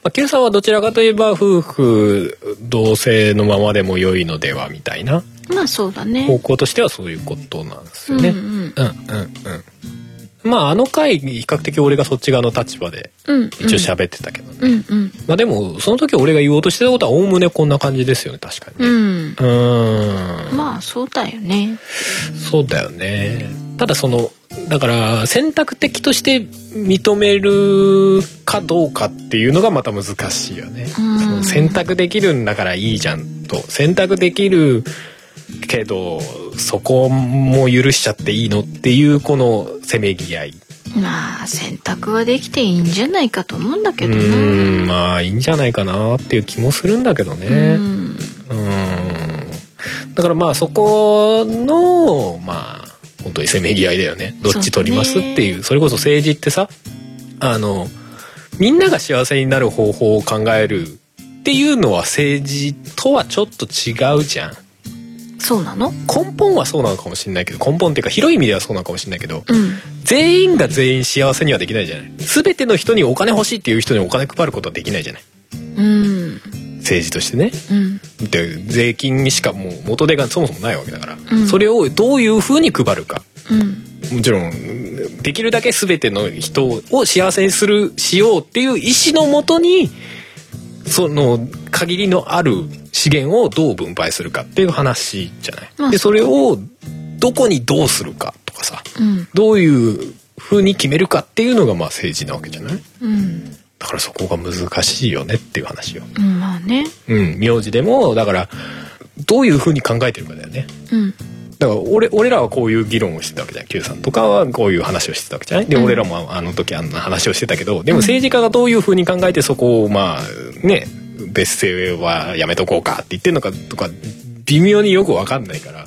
あ、Q さんはどちらかといえば夫婦同姓のままでも良いのではみたいなまあそうだね方向としてはそういうことなんですよね。うんうんうんうんうんまああの回比較的俺がそっち側の立場でうんうん一応喋ってたけど、ねうんうんまあでもその時俺が言おうとしてたことはおおむねこんな感じですよね確かにね。うんうーんまあそうだよねそうだよね。ただそのだから選択的として認めるかどうかっていうのがまた難しいよね。そうんの選択できるんだからいいじゃんと選択できるけどそこも許しちゃっていいのっていうこのせめぎ合い。まあ選択はできていいんじゃないかと思うんだうけどなーんまあいいんじゃないかなっていう気もするんだけどね。うんうんだからまあそこのまあ本当にせめぎ合いだよねどっち取りますそうねっていうそれこそ政治ってさあのみんなが幸せになる方法を考えるっていうのは政治とはちょっと違うじゃんそうなの根本はそうなのかもしれないけど根本っていうか広い意味ではそうなのかもしれないけどうん全員が全員幸せにはできないじゃない全ての人にお金欲しいっていう人にお金配ることはできないじゃないうん政治としてねうんって税金にしかもう元手がそもそもないわけだから、うんそれをどういうふうに配るかうんもちろんできるだけ全ての人を幸せにするしようっていう意思のもとにその限りのある資源をどう分配するかっていう話じゃない。まあでそれをどこにどうするかとかさうんどういうふうに決めるかっていうのがまあ政治なわけじゃないうんだからそこが難しいよねっていう話よ。うんまあねうん、名字でもだからどういうふうに考えてるかだよねうんだから俺俺らはこういう議論をしてたわけじゃん Q さんとかはこういう話をしてたわけじゃないで、うん俺らもあの時あんな話をしてたけどでも政治家がどういうふうに考えてそこをまあね別姓はやめとこうかって言ってんのかとか微妙によく分かんないから。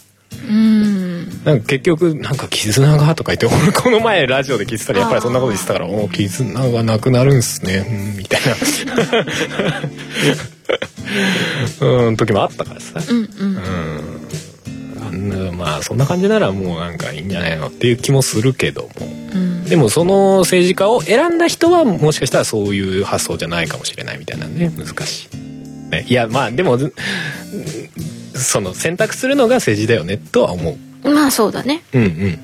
うんなんか結局なんか絆がとか言って俺 <laughs> この前ラジオで聞いてたらやっぱりそんなこと言ってたから「おー絆がなくなるんすね」うんみたいなうん時もあったからさうんうんあんなまあそんな感じならもうなんかいいんじゃないのっていう気もするけどもうんでもその政治家を選んだ人はもしかしたらそういう発想じゃないかもしれないみたいなね難しい、ね、いやまあでもずその選択するのが政治だよねとは思うまあそうだねうんうん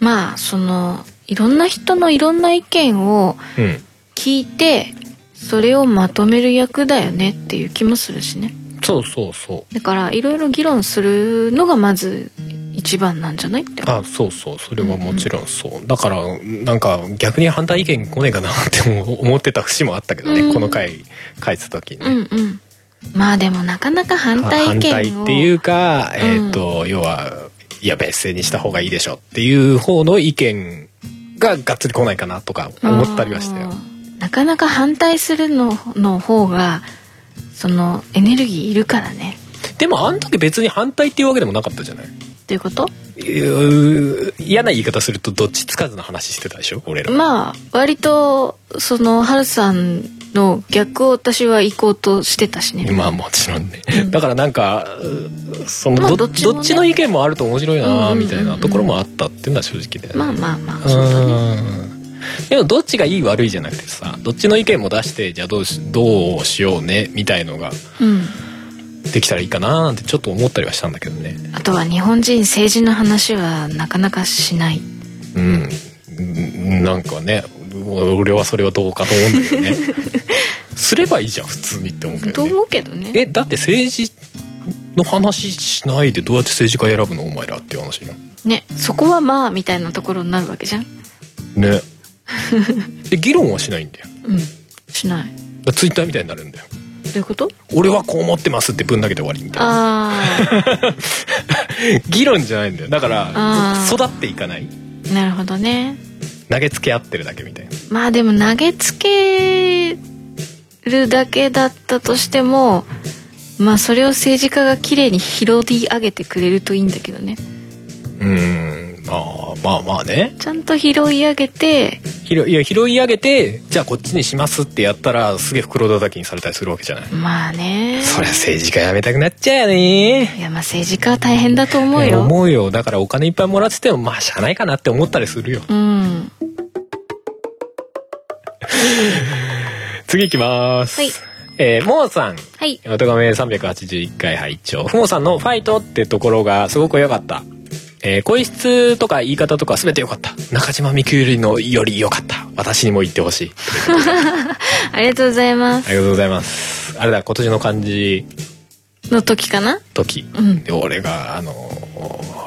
まあそのいろんな人のいろんな意見をうん聞いてそれをまとめる役だよねっていう気もするしねそうそうそうだからいろいろ議論するのがまず一番なんじゃないってあそうそうそれはもちろんそう、だからなんか逆に反対意見来ねえかなっても思ってた節もあったけどね、うんこの回書いてた時に、うんうんまあでもなかなか反まあ対意見を反対っていうか、んえっ、と要はいや別姓にした方がいいでしょっていう方の意見ががっつり来ないかなとか思ったりはしたよあ。ーなかなか反対するのの方がそのエネルギーいるからねでもあの時別に反対っていうわけでもなかったじゃない。ということう嫌な言い方するとどっちつかずの話してたでしょ俺ら、まあ割とそのハルさんの逆を私は行こうとしてたしね、 <laughs> まあもちろんね、んだからなんかそのど,、まあどどっっちもねちの意見もあると面白いなうんうんうんうんみたいなところもあったっていうのは正直だよね、まあまあまあそうだうねんでもどっちがいい悪いじゃなくてさどっちの意見も出してじゃあどうしどうしようねみたいのがうんできたらいいかななんてちょっと思ったりはしたんだけどねあとは日本人政治の話はなかなかしないうんうんなんかね俺はそれはどうかと思うんだけどね <laughs> すればいいじゃん普通にって思うけとどね思うけどねえだって政治の話しないでどうやって政治家選ぶのお前らっていう話じゃんねそこはまあみたいなところになるわけじゃん <laughs> ねで議論はしないんだようんしないだからツイッターみたいになるんだよどういうこと俺はこう思ってますってぶん投げて終わりみたいなあ議論じゃないんだよだからあー育っていかないあなるほどね投げつけ合ってるだけみたいなまあでも投げつけるだけだったとしてもまあそれを政治家が綺麗に拾い上げてくれるといいんだけどねうんまあまあまあねちゃんと拾い上げて拾いや拾い上げてじゃあこっちにしますってやったらすげえ袋叩きにされたりするわけじゃないまあねそりゃ政治家辞めたくなっちゃうよねいやまあ政治家は大変だと思うよ、思うよだからお金いっぱいもらっててもまあしゃあないかなって思ったりするよ <laughs> うん次行きますはいえー、もうさんはいおとがめ381回拝聴ふもさんの「ファイト」ってところがすごく良かった、えー、声質とか言い方とか全て良かった中島みきゅうりのより良かった私にも言ってほしいありがとうございまあすりがとうございますあれだ今年の漢字の時かな時、うんで俺があの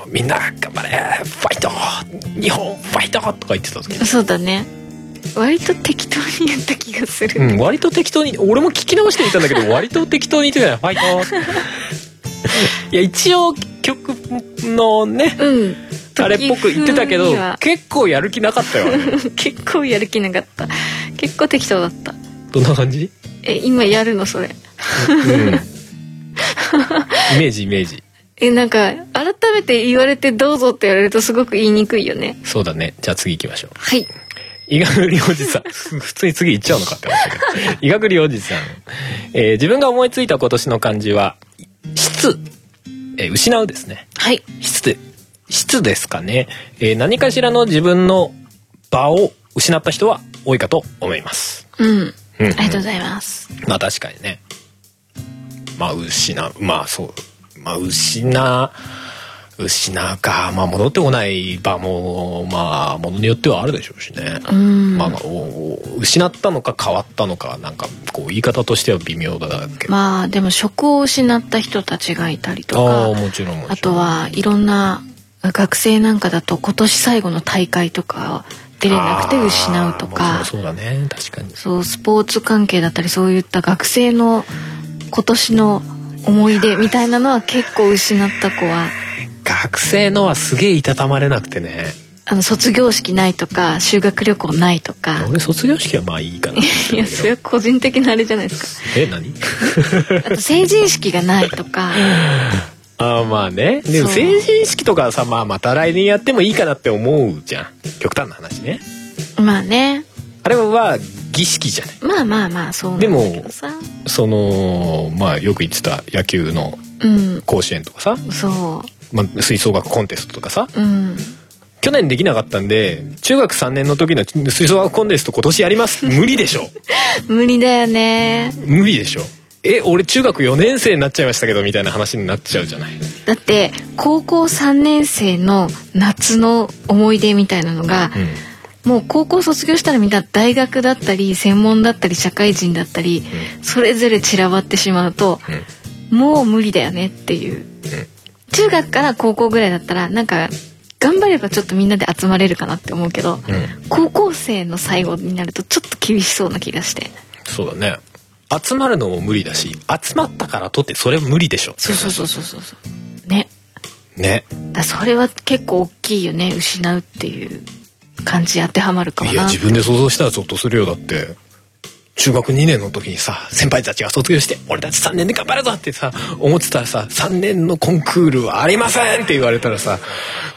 ーみんな頑張れファイト日本ファイト!」とか言ってた時そうだね割と適当に言った気がする、うん、割と適当に俺も聞き直してみたんだけ <laughs> ど割と適当に言ってたよファイトいや一応曲のねうんあれっぽく言ってたけど時風には結構やる気なかったよあれ結構やる気なかった結構適当だった <laughs> どんな感じ、え今やるのそ <laughs> れうん、イメージイメージえなんか改めて言われてどうぞって言われるとすごく言いにくいよねそうだねじゃあ次行きましょうはい伊賀栗おじさん <laughs> ふ普通に次行っちゃうのかって思ったけど伊賀栗おじさん、えー自分が思いついた今年の漢字は「質」えー失うですねはい質で質ですかね、えー何かしらの自分の場を失った人は多いかと思いますうんうんありがとうございますまあ確かにねまあ失うまあそうまあ失う失うかまあ戻ってこない場もまあものによってはあるでしょうしね、うんまあ、おお失ったのか変わったのかなんかこう言い方としては微妙だけど、まあでも職を失った人たちがいたりとああかもちろんもちろんあとはいろんな学生なんかだと今年最後の大会とか出れなくて失うとあーまかあそうだね確かにそうスポーツ関係だったりそういった学生の今年の思い出みたいなのは結構失った子は学生のはすげえいたたまれなくてねあの卒業式ないとか修学旅行ないとか俺卒業式はまあいいかなと思って <laughs> るんいやだけそどれは個人的なあれじゃないですえ何 <laughs> かあと成人式がないとかああまあねでもそう成人式とかはさ、まあ、また来年やってもいいかなって思うじゃん極端な話ねまあねあれは儀式じゃないまあまあまあそうなんだけどさそのまあよく言ってた野球のうん甲子園とかさ、そまあ、吹奏楽コンテストとかさううん去年できなかったんで中学3年の時の吹奏楽コンテスト今年やります無理でしょ無理だよね無理でしょえ俺中学4年生になっちゃいましたけどみたいな話になっちゃうじゃないだって高校3年生の夏の思い出みたいなのが、もう高校卒業したらみんな大学だったり専門だったり社会人だったり、それぞれ散らばってしまうと、もう無理だよねっていう、中学から高校ぐらいだったらなんか頑張ればちょっとみんなで集まれるかなって思うけど、ん高校生の最後になるとちょっと厳しそうな気がしてそうだね集まるのも無理だし集まったからとってそれは無理でしょそうそうそうそうそうそうねねだそれは結構大きいよね失うっていう感じ当てはまるかもいやな自分で想像したらゾッとするよだって中学2年の時にさ先輩たちが卒業して「俺たち3年で頑張るぞ!」ってさ思ってたらさ「3年のコンクールはありません!」って言われたらさ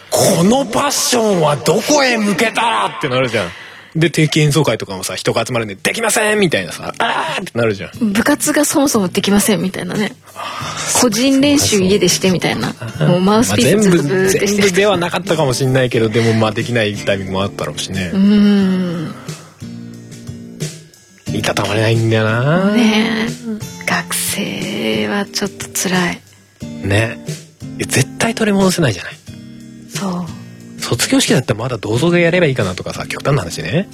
このパッションはどこへ向けたってなるじゃん。で、定期演奏会とかもさ、人が集まるんで、できませんみたいなさ、あーってなるじゃん。部活がそもそもできませんみたいなね個人練習家でしてみたいなもうマウスピースずっとブーまあっ全部てし全部てではなかったかもしんないけどでもまあできないタイミングもあったろうしねう、ーんいたたまれないんだよなねえ学生はちょっと辛いねいや絶対取り戻せないじゃないそ卒業式だったらまだ銅像でやればいいかなとかさ極端な話ね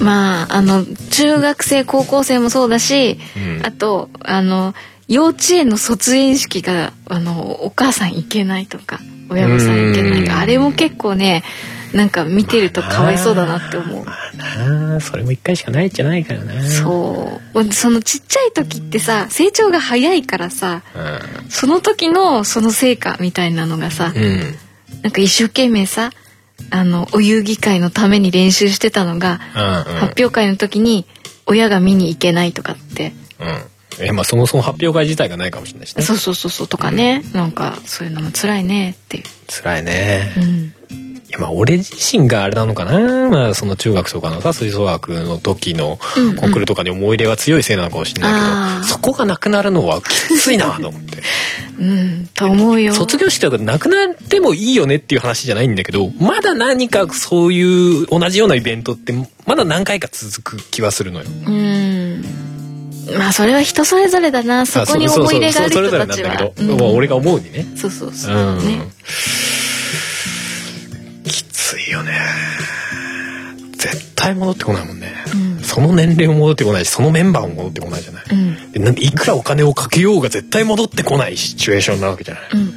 うまああの中学生高校生もそうだし、うんあとあの幼稚園の卒園式があのお母さん行けないとか親御さん行けなういーんあれも結構ねなんか見てるとかわいそうだなって思まうあなあそれも一回しかないじゃないからなう、そうそのちっちゃい時ってさ成長が早いからさうその時のその成果みたいなのがさんうん、なんか一生懸命さあのお遊戯会のために練習してたのがうん発表会の時に親が見に行けないとかってうんえまあそもそも発表会自体がないかもしれないしねそうそうそうそうとかねなんかそういうのも辛いねっていう。辛いねうんいやまあ俺自身があれなのかな、まあ、その中学とかのさ吹奏楽の時のうんうんコンクールとかに思い入れが強いせいなのかもしれないけど、あーそこがなくなるのはきついなと思 <laughs> ってうん、と思うよ。卒業式とかなくなってもいいよねっていう話じゃないんだけどまだ何かそういう同じようなイベントってまだ何回か続く気はするのよ。うん。まあそれは人それぞれだな。そこにあう思い入れそがあうるそう人それぞれたなんちだはけ。ど、まあうん俺が思うにね。そうそうそうう。んね。きついよね絶対戻ってこないもんね、うんその年齢も戻ってこないしそのメンバーも戻ってこないじゃない、うんでなんいくらお金をかけようが絶対戻ってこないシチュエーションなわけじゃない、うんうん。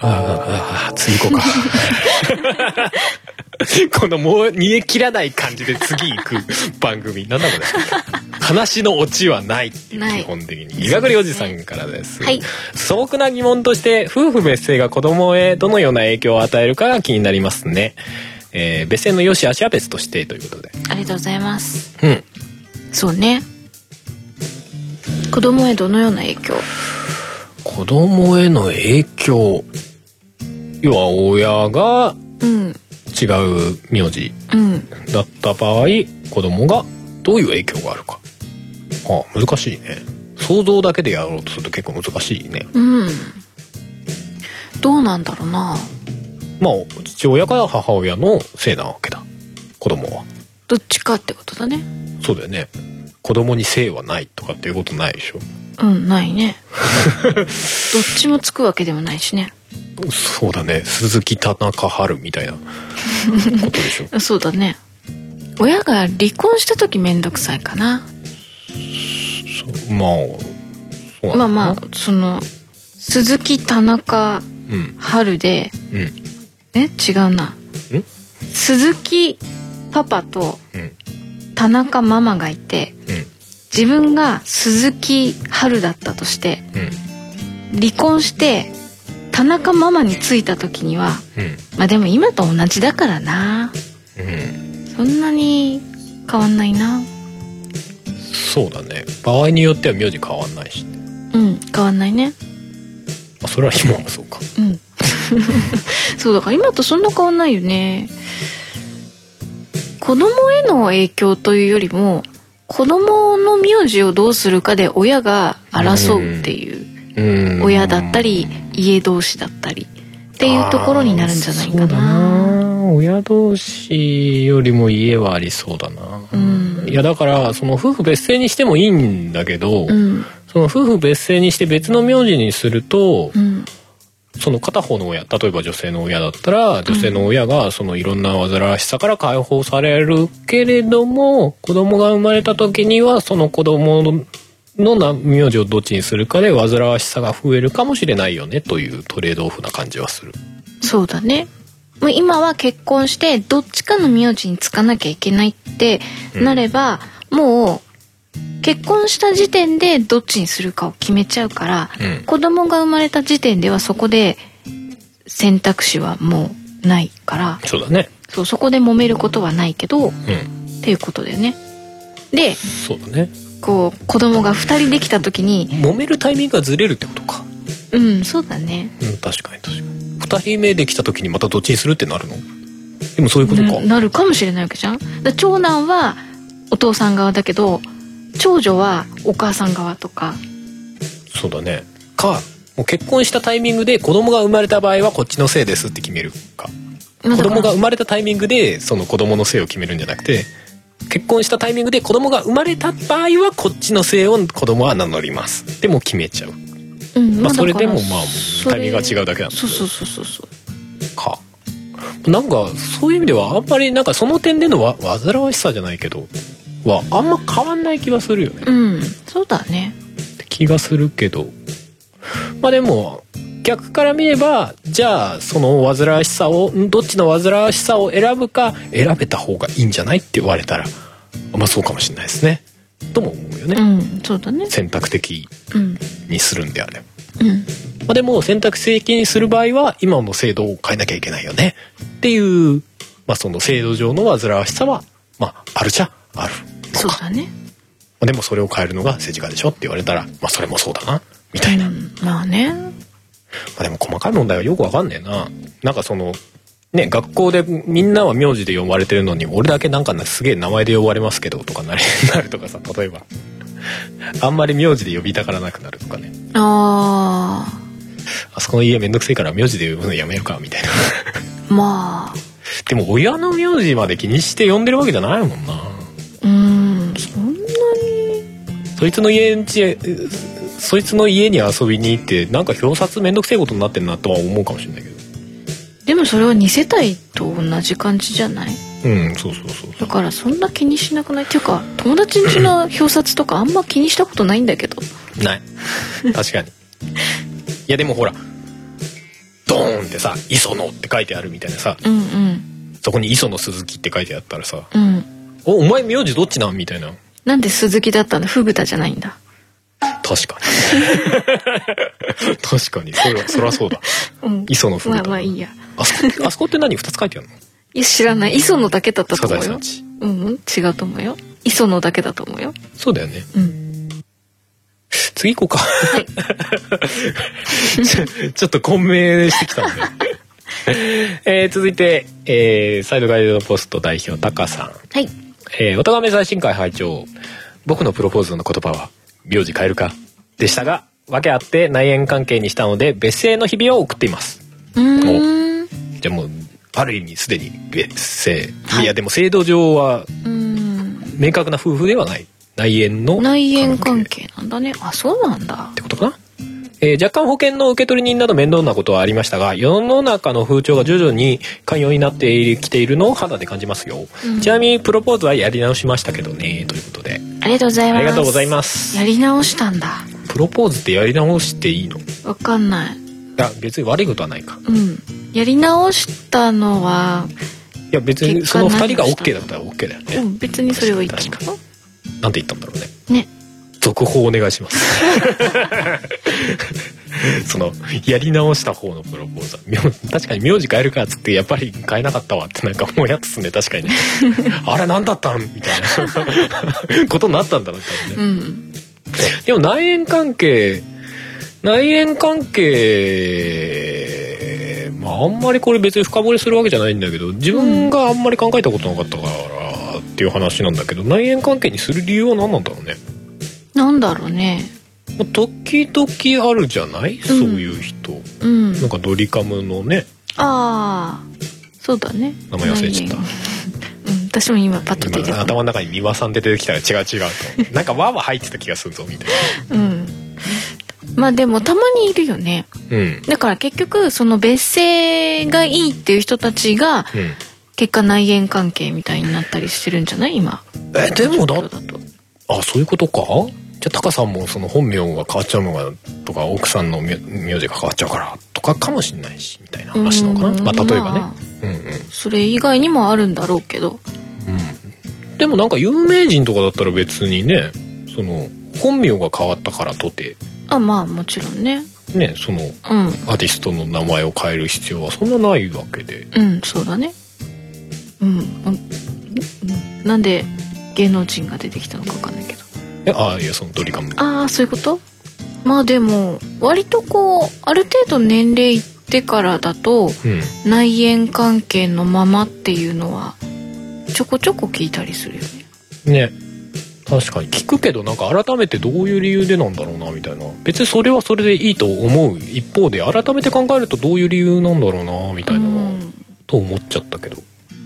ああああ次行こうか <laughs> このもう煮え切らない感じで次行く番組なんだこれ話のオチはないっていうない基本的に岩栗おじさんからです、はい素朴な疑問として夫婦別姓が子供へどのような影響を与えるかが気になりますね、えー別姓の良し悪しは別としてということでありがとうございます。うんそうね。子供へどのような影響子供への影響要は親がうん。違う名字うん。だった場合子供がどういう影響があるかああ難しいね想像だけでやろうとすると結構難しいねうん。どうなんだろうな。まあ父親か母親のせいなわけだ子供はどっちかってことだね。そうだよね子供に性はないとかっていうことないでしょうん、ない <laughs> ね。どっちもつくわけでもないしね。そうだね鈴木田中春みたいなことで <laughs> しょそうだね。親が離婚した時めんどくさいかな。そうまあそうなまのあまかなあ、その、鈴木田中うん春で、うんえ違うな。ん鈴木パパとうん田中ママがいて、うん自分が鈴木春だったとして、うん離婚して、田中ママについた時には、うんまあでも今と同じだからな。うんそんなに変わんないな。そうだね場合によっては名字変わんないし、ね、うん、変わんないね。あそれは今もそうかうん。 <laughs> そうだから今とそんな変わんないよね。子供への影響というよりも子供の名字をどうするかで親が争うっていううん親だったり家同士だったりっていうところになるんじゃないかあーそうだな。な親同士よりも家はありそうだな、うんいやだからその夫婦別姓にしてもいいんだけど、うんその夫婦別姓にして別の名字にすると、うんその片方の親例えば女性の親だったら女性の親がそのいろんな煩わしさから解放されるけれども子供が生まれた時にはその子供のな名字をどっちにするかで煩わしさが増えるかもしれないよねというトレードオフな感じはする。そうだね。もう今は結婚してどっちかの名字につかなきゃいけないってなれば、もう結婚した時点でどっちにするかを決めちゃうから、うん子供が生まれた時点ではそこで選択肢はもうないからそうだね。そうそこで揉めることはないけどうっん。ていうことだよね。でそうだね。こう子供が2人できた時に揉めるタイミングがずれるってことか。うんそうだねうん、確かに確かに。二2人目できた時にまたどっちにするってなるのでもそういうことかななるかもしれないわけじゃんだから長男はお父さん側だけど長女はお母さん側とかそうだねかもう結婚したタイミングで子供が生まれた場合はこっちのせいですって決めるかまあ子だから供が生まれたタイミングでその子供のせいを決めるんじゃなくて結婚したタイミングで子供が生まれた場合はこっちのせいを子供は名乗りますでも決めちゃううんまあだそれでもからまあそタれイミングが違うだけなんだそうそうそうそうそうかなんかそういう意味ではあんまりなんかその点でのわ煩わしさじゃないけどはあんま変わんない気はするよねうんそうだねって気がするけどまあでも逆から見ればじゃあその煩わしさをんどっちの煩わしさを選ぶか選べた方がいいんじゃないって言われたらまあそうかもしれないですねとも思うよね、うんそうだね選択的うんにするんであれば、うんまあ、でも選択的にする場合は今の制度を変えなきゃいけないよねっていう、まあ、その制度上の煩わしさは、まあ、あるじゃあるそうだねまあでもそれを変えるのが政治家でしょって言われたら、まあ、それもそうだなみたいなうんまあねまあ、でも細かい問題はよくわかんねえな。なんかその、ね、学校でみんなは名字で呼ばれてるのに、俺だけなんかすげえ名前で呼ばれ <laughs> ますけどとかなりなるとかさ、例えば。あんまり名字で呼びたからなくなるとかね。ああそこの家めんどくせえから名字で呼ぶのやめようか、みたいな。 <laughs> あまあでも親の名字まで気にして呼んでるわけじゃないもんな。うんそんなにそいつの家んちへ、うそいつの家に遊びに行って、なんか表札めんどくせえことになってんなとは思うかもしれないけど。でもそれは2世帯と同じ感じじゃないうん、そうそうそうそう。だからそんな気にしなくないっていうか友達んちの表札とかあんま気にしたことないんだけどない確かにいやでもほらドーンってさ「磯野」って書いてあるみたいなさうんうんそこに「磯野鈴木」って書いてあったらさうん「おお前名字どっちなん?」みたいななんで鈴木だったのフグタじゃないんだ確かに確かにそれはそりゃそうだうん磯野風まあ太まあいいやあそこあそこって何2つ書いてあるのいや知らない磯野だけだったとサザ思エうさんよちうんうん違うと思うよ磯野だけだと思うよそうだよねうん次行こうか <laughs> はいちょちょっと混迷してきたんで、えー続いて、えーサイドガイドポスト代表タカさんはいえー、おたがめ最新会拝聴僕のプロポーズの言葉は「名字変えるか」でしたが訳あって内縁関係にしたので別姓の日々を送っていますうーんじゃあもうある意味すでに別姓、はいい、やでも制度上はうん明確な夫婦ではない内縁の内縁関関係係なんだねあそうなんだってことかな、えー若干保険の受取人など面倒なことはありましたが世の中の風潮が徐々に寛容になってきているのを肌で感じますよ、うんちなみにプロポーズはやり直しましたけどねということでありがとうございあますりがとうございますやり直したんだプロポーズってやり直していいのいわかんないや別に悪いことはないかうんやり直したのはいや別にその2人が OK だったら OK だようねん別にそれはいいと確思なんて言ったんだろうねうね続報お願いします <laughs> そのやり直した方のプロポーズは名確かに名字変えるかっつってやっぱり変えなかったわってなんかもうやつすね確かにね <laughs> あれ何だったんみたいなことになったんだろうね多分ねうんでも内縁関係内縁関係まああんまりこれ別に深掘りするわけじゃないんだけど自分があんまり考えたことなかったからっていう話なんだけど内縁関係にする理由は何なんだろうねなんだろうねまあ時々あるじゃない、そういう人うんなんかドリカムのねああそうだね名前忘れちゃった内縁うん私も今パッと出今てこない頭の中に三輪さんで出てきたら違う違うとなんかわーわー入ってた気がするぞみたいうんまあでもたまにいるよねなうんだから結局その別姓がいいっていう人たちがうん結果内縁関係みたいになったりしてるんじゃない今えでもだ状況だとあそういうことかじゃあタカさんもその本名が変わっちゃうのがとか奥さんの名名字が変わっちゃうからとかかもしんないしみたいな話なのかうなんまあ例えばねまうあんうんそれ以外にもあるんだろうけどうん、でもなんか有名人とかだったら別にねその本名が変わったからとてあまあもちろんねねそのうんアーティストの名前を変える必要はそんなないわけでうんそうだねうんうんうんなんで芸能人が出てきたのかわかんないけどえあいやそのドリカムああそういうことまあでも割とこうある程度年齢いっってからだとうん。内縁関係のままっていうのはちょこちょこ聞いたりするよねね確かに聞くけどなんか改めてどういう理由でなんだろうなみたいな別にそれはそれでいいと思う一方で改めて考えるとどういう理由なんだろうなみたいな、うんと思っちゃったけど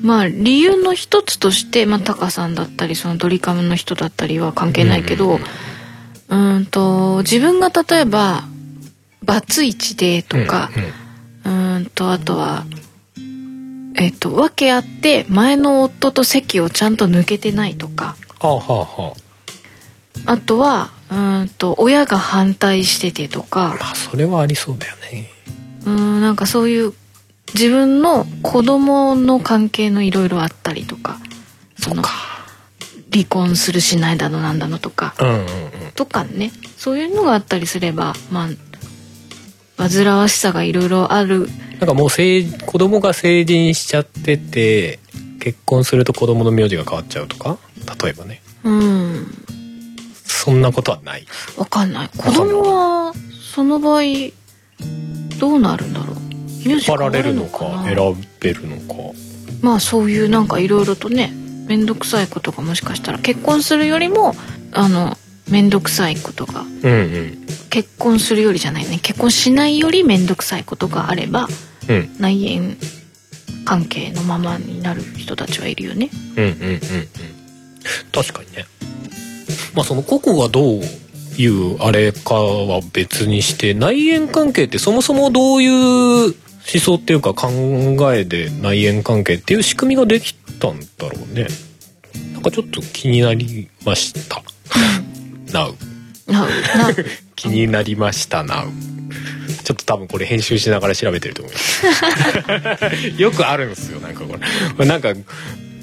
まあ理由の一つとして、まあ、タカさんだったりそのドリカムの人だったりは関係ないけど、うーんと自分が例えばバツイチでとか、うんうんうーんとあとはえっ、と訳あって前の夫と席をちゃんと抜けてないとかはあはあはあとはうーんと親が反対しててとあかまあそれはありそうだよねうーんなんかそういう自分の子供の関係のいろいろあったりとかその離婚するしないだのなんだのとかうんうんうんとかねそういうのがあったりすればまあ煩わしさがいろいろあるなんかもう成子供が成人しちゃってて結婚すると子供の名字が変わっちゃうとか例えばねうんそんなことはないわかんないか子んない供はその場合どうなるんだろう名字引っ張変らわれるるののかか選なべるのかまあそういうなんかいろいろとね面倒くさいことがもしかしたら結婚するよりもあの面倒くさいことがうんうん結婚するよりじゃないね結婚しないより面倒くさいことがあればうん内縁関係のままになる人たちはいるよね。うんうんうんうん確かにねまあその個々がどういうあれかは別にして内縁関係ってそもそもどういう思想っていうか考えで内縁関係っていう仕組みができたんだろうねなんかちょっと気になりま <laughs> したなうな <laughs> な気になりましたなうちょっと多分これ編集しながら調べてると思いますよくあるんですよ <laughs> なんかこれまあなんか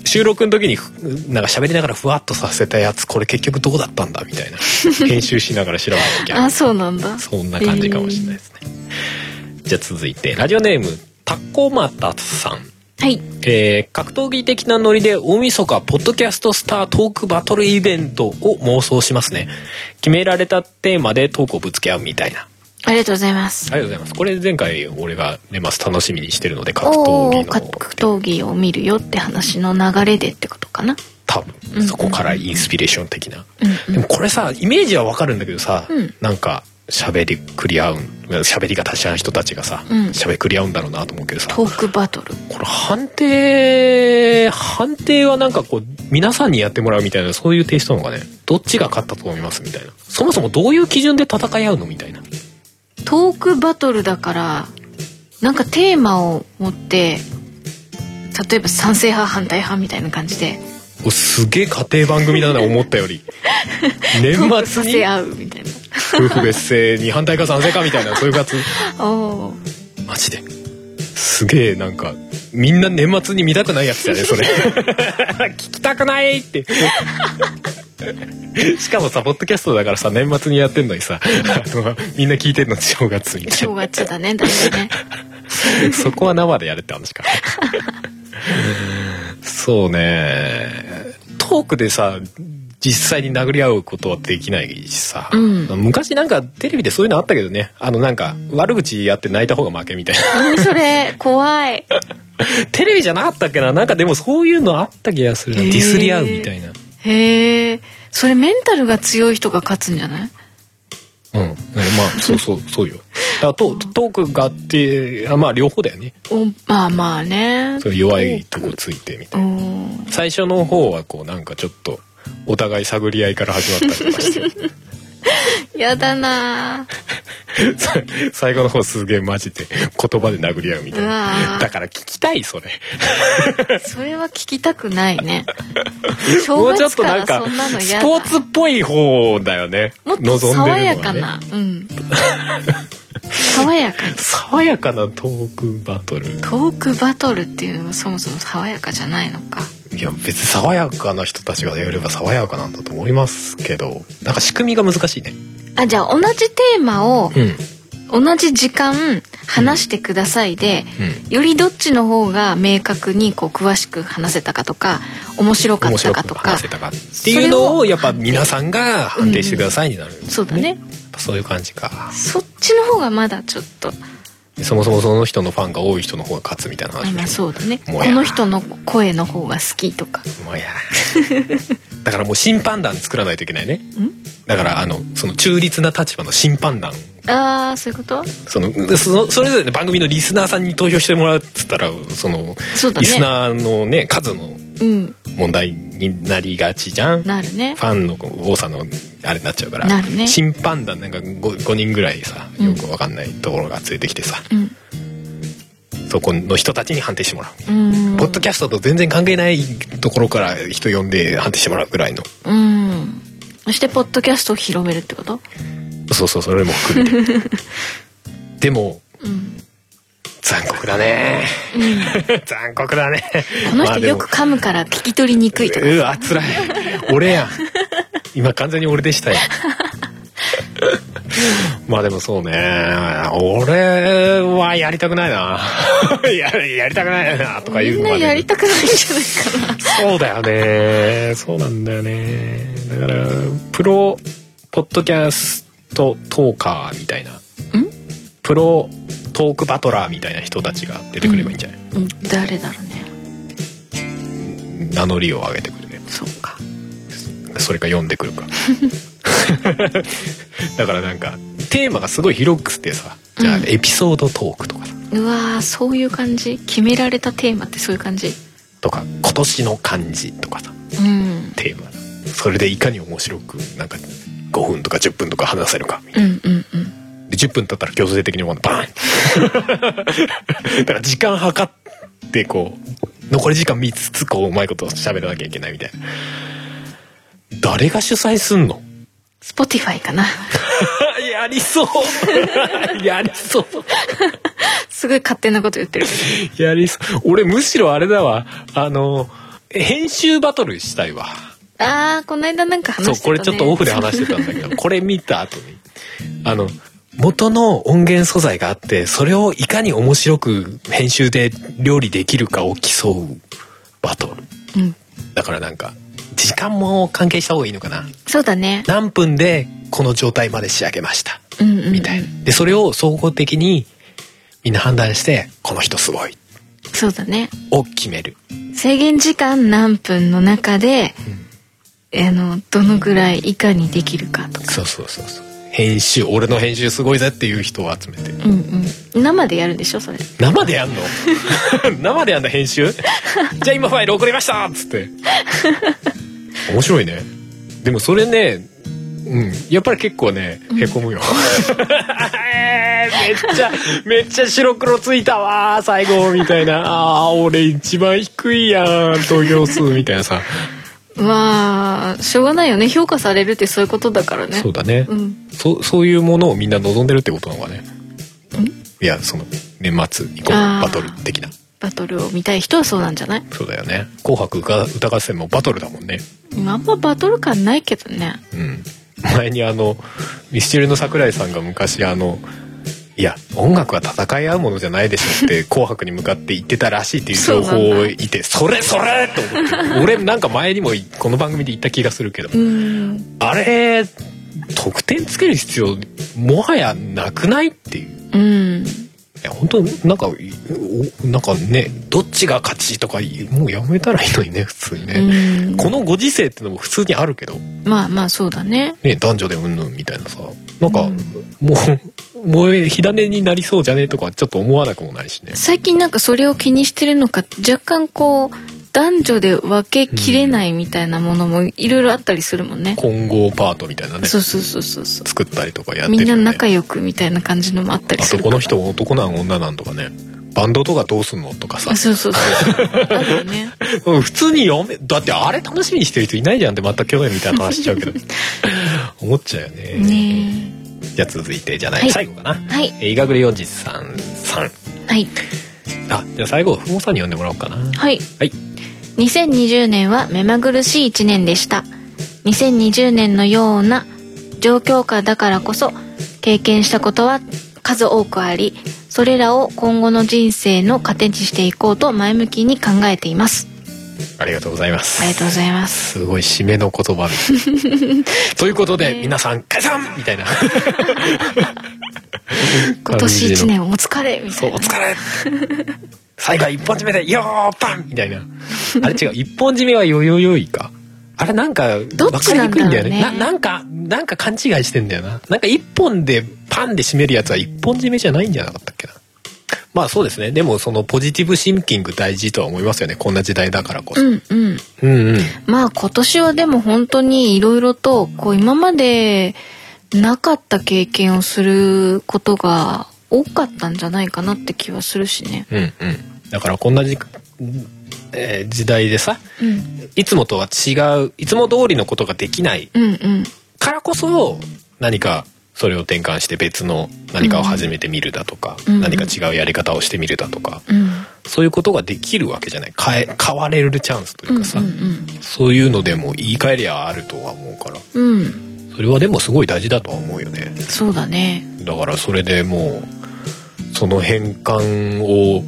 収録の時にふなんか喋りながらふわっとさせたやつこれ結局どうだったんだみたいな編集しながら調べなきゃ <laughs> あそうなんだ。そんな感じかもしれないですね、じゃあ続いてラジオネームタコマタさんはい。えー格闘技的なノリで大晦日ポッドキャストスタートークバトルイベントを妄想しますね決められたテーマでトークをぶつけ合うみたいなあありがとうございます。りがとうございますこれ前回俺が年末楽しみにしてるので格闘お技のー格闘技を見るよって話の流れでってことかな。多うんう分んそこからインスピレーション的な、うんでもこれさイメージはわかるんだけどさ、うんなんか喋りくり合うん喋りが達者な人たちがさうん喋、りくり合うんだろうなと思うけどさトークバトル。これ判定判定はなんかこう皆さんにやってもらうみたいなそういうテイストなのかねどっちが勝ったと思いますみたいなそもそもどういう基準で戦い合うのみたいなトークバトルだから、なんかテーマを持って、例えば賛成派反対派みたいな感じで、おすげえ家庭番組だな思ったよ <laughs> り年トーク末さにせ合うみたいな。夫婦別姓に反対か賛成かみたいなそういうやつおーマジですげえなんかみんな年末に見たくないやつだねそ <laughs> れ聞きたくないってしかもさポッドキャストだからさ年末にやってんのにさあのみんな聞いてんの正月みたい正月 <laughs> だね、だいぶね。なそこは生でやれって話かそうねトークでさ実際に殴り合うことはできないしさ、うん昔なんかテレビでそういうのあったけどねあのなんか悪口やって泣いた方が負けみたいなうんそれ、怖い。テレビじゃなかったっけななんかでもそういうのあった気がするなへデーィスり合うみたいなへえ。それメンタルが強い人が勝つんじゃないうん、ねまあそうそうそう <laughs> よだからトトークがあってあまあ両方だよねおまあまあね。そういう弱いとこついてみたう。いなん最初の方はこうなんかちょっとお互い探り合いから始まったりとかして <laughs> やだなさ最後の方すげえマジで言葉で殴り合うみたいうわなーだから聞きたいそれぁそれは聞きたくないね。 <laughs> も正うちょっ月とかなんらかそんなのス嫌だ。ポーツっぽい方だよねもっ望んとでるの爽はねやかな。うん。 <laughs> 爽やかに。爽やかなトークバトルトークバトルっていうのはそもそも爽やかじゃないのか。いや別に爽やかな人たちがやれば爽やかなんだと思いますけどなんか仕組みが難しいねあ、じゃあ同じテーマをうんうん同じ時間話してくださいで、よりどっちの方が明確にこう詳しく話せたかとか、面白かっ面た白かくとか話せ。たかっていうのをやっぱ皆さんが判定してくださいになるんですそうだね。やっぱそういう感じかそっちの方がまだちょっとそもそもその人のファンが多い人の方が勝つみたいなあ話まあそうだねこもやの人の声の方が好きとかもうやだからもう審判団作らないといけないねだからあのその中立な立場の審判団ああそういうことそのそのそれぞれの番組のリスナーさんに投票してもらうっつったらそのそうだリスねナーのね数のうん問題になりがちじゃんフなるねァンの多さのあれになっちゃうからなるね審判団なんか 5, 5人ぐらいさうんよくわかんないところがついてきてさ、うんそこの人たちに判定してもらう、うんポッドキャストと全然関係ないところから人呼んで判定してもらうぐらいのうんそしてポッドキャストを広めるってことそうそうそれも含め <laughs> てでもうん、残酷だねうん、 <laughs> 残酷だねこのまあ人でよもく噛むから聞き取りにくいとかうわ辛い俺やん今完全に俺でしたよ <laughs> まあでもそうね俺はやりたくないな <laughs> ややりたくないなとかみ言うんまなでやりたくないんじゃないかなそうだよねそうなんだよねだからプロポッドキャストトーカーみたいなんプロトークバトラーみたいな人たちが出てくればいいんじゃない、うん誰だろうね名乗りを上げてくれるそうかそれか読んでくるか <laughs> だからなんかテーマがすごい広くてさじゃあうんエピソードトークとかさうわーそういう感じ決められたテーマってそういう感じとか今年の漢字とかさうんテーマそれでいかに面白くなんか5分とか10分とか話せるかみたいうんうんうんなで10分経ったら強制的に終わるバーン <laughs> だから時間計ってこう残り時間見つつこううまいこと喋らなきゃいけないみたいな誰が主催すん <laughs> の Spotify か <laughs> なやり <laughs> そうやりそうすごい勝手なこと言ってるけやりそう。俺むしろあれだわ。あの、編集バトルしたいわ。どあーこの間なんかそう、話してた、こね、れちょっとオフで話してたんだけど、 <laughs> これ見た後に。あの、元の音源素材があって、それをいかに面白く編集で料理できるかを競うバトル。うんだからなんか、時間も関係した方がいいのかな。そうだね何分でこの状態まで仕上げました。うんうんうんみたいな。で、それを総合的にみんな判断して、この人すごい。そうだねを決める。制限時間何分の中で、あのどのぐらいいかにできるかとかそうそうそうそう編集俺の編集すごいぜっていう人を集めてうんうん生でやるんでしょそれ生でやん <laughs> の生でやんの編集じゃあ今ファイル送りましたっつって面白いねでもそれねうんやっぱり結構ねへこむよ、 <laughs> えーめっちゃめっちゃ白黒ついたわー最後みたいなあー俺一番低いやん投票数みたいなさまあしょうがないよね評価されるってそういうことだからねそうだね、うんそそういうものをみんな望んでるってことなのかねいやその年末以降あーバトル的なバトルを見たい人はそうなんじゃないそうだよね「紅白歌歌合戦」もバトルだもんねあんまバトル感ないけどねうん前にあのミスチルの桜井さんが昔あの「いや音楽は戦い合うものじゃないでしょ」 <laughs> って「紅白」に向かって言ってたらしいっていう情報をいて「それそれ!」と思って俺なんか前にもこの番組で言った気がするけどうんあれ得点つける必要もはやなくないっていう。うんいや本当なんかいおなんかねどっちが勝ちとかいもうやめたらいいのにね普通にね、うんこのご時世ってのも普通にあるけど、まあまあそうだねね、男女でうんぬんみたいなさなんか、うんもうもう火種になりそうじゃねえとかちょっと思わなくもないしね最近なんかそれを気にしてるのか若干こう男女で分けきれないみたいなものもいろいろあったりするもんね、混合パートみたいなねそうそうそうそうそう作ったりとかやってみるんよなね仲良くみたいな感じのもあったりあすとるこの人男なん女なんとかねバンドとかどうすんのとかさあそうそうそうあるよ <laughs> ねうん普通に読めだってあれ楽しみにしてる人いないじゃんってまた去年みたいな話しちゃう <laughs> けど思っちゃうよねねじゃあ続いてじゃない、はい最後かなえはいえー、イガグレヨンジさんさんはいあじゃあ最後ふもさんに読んでもらおうかなはいはい2020年は目まぐるしい1年でした2020年のような状況下だからこそ経験したことは数多くありそれらを今後の人生の糧にしていこうと前向きに考えていますありがとうございます。ありがとうございます。すごい締めの言葉みたい <laughs> なということで、ね皆さん解散みたいな今年一年お疲れみたそういおな。疲れ最後は一本締めでよーパンみたいなあれ違う一本締めはよよよいかあれなんかどっちなわかりんだろうねにくいんだよねななんかなんか勘違いしてんだよななんか一本でパンで締めるやつは一本締めじゃないんじゃなかったっけなまあそうですねでもそのポジティブシンキング大事とは思いますよねこんな時代だからこそ、うんうん。うんうんまあ今年はでも本当にいろいろとこう今までなかった経験をすることが多かったんじゃないかなって気はするしね。うんうん、だからこんなじ、えー時代でさうん、いつもとは違ういつも通りのことができないうん、うん。からこそ何かそれを転換して別の何かを始めてみるだとか、うん何か違うやり方をしてみるだとか、うん、そういうことができるわけじゃない変え変われるチャンスといううん、かさ、うん、そういうのでも言い換えりゃあるとは思うからうん、うん、それはでもすごい大事だとは思うよね。そうだね。だからそれでもうその変換を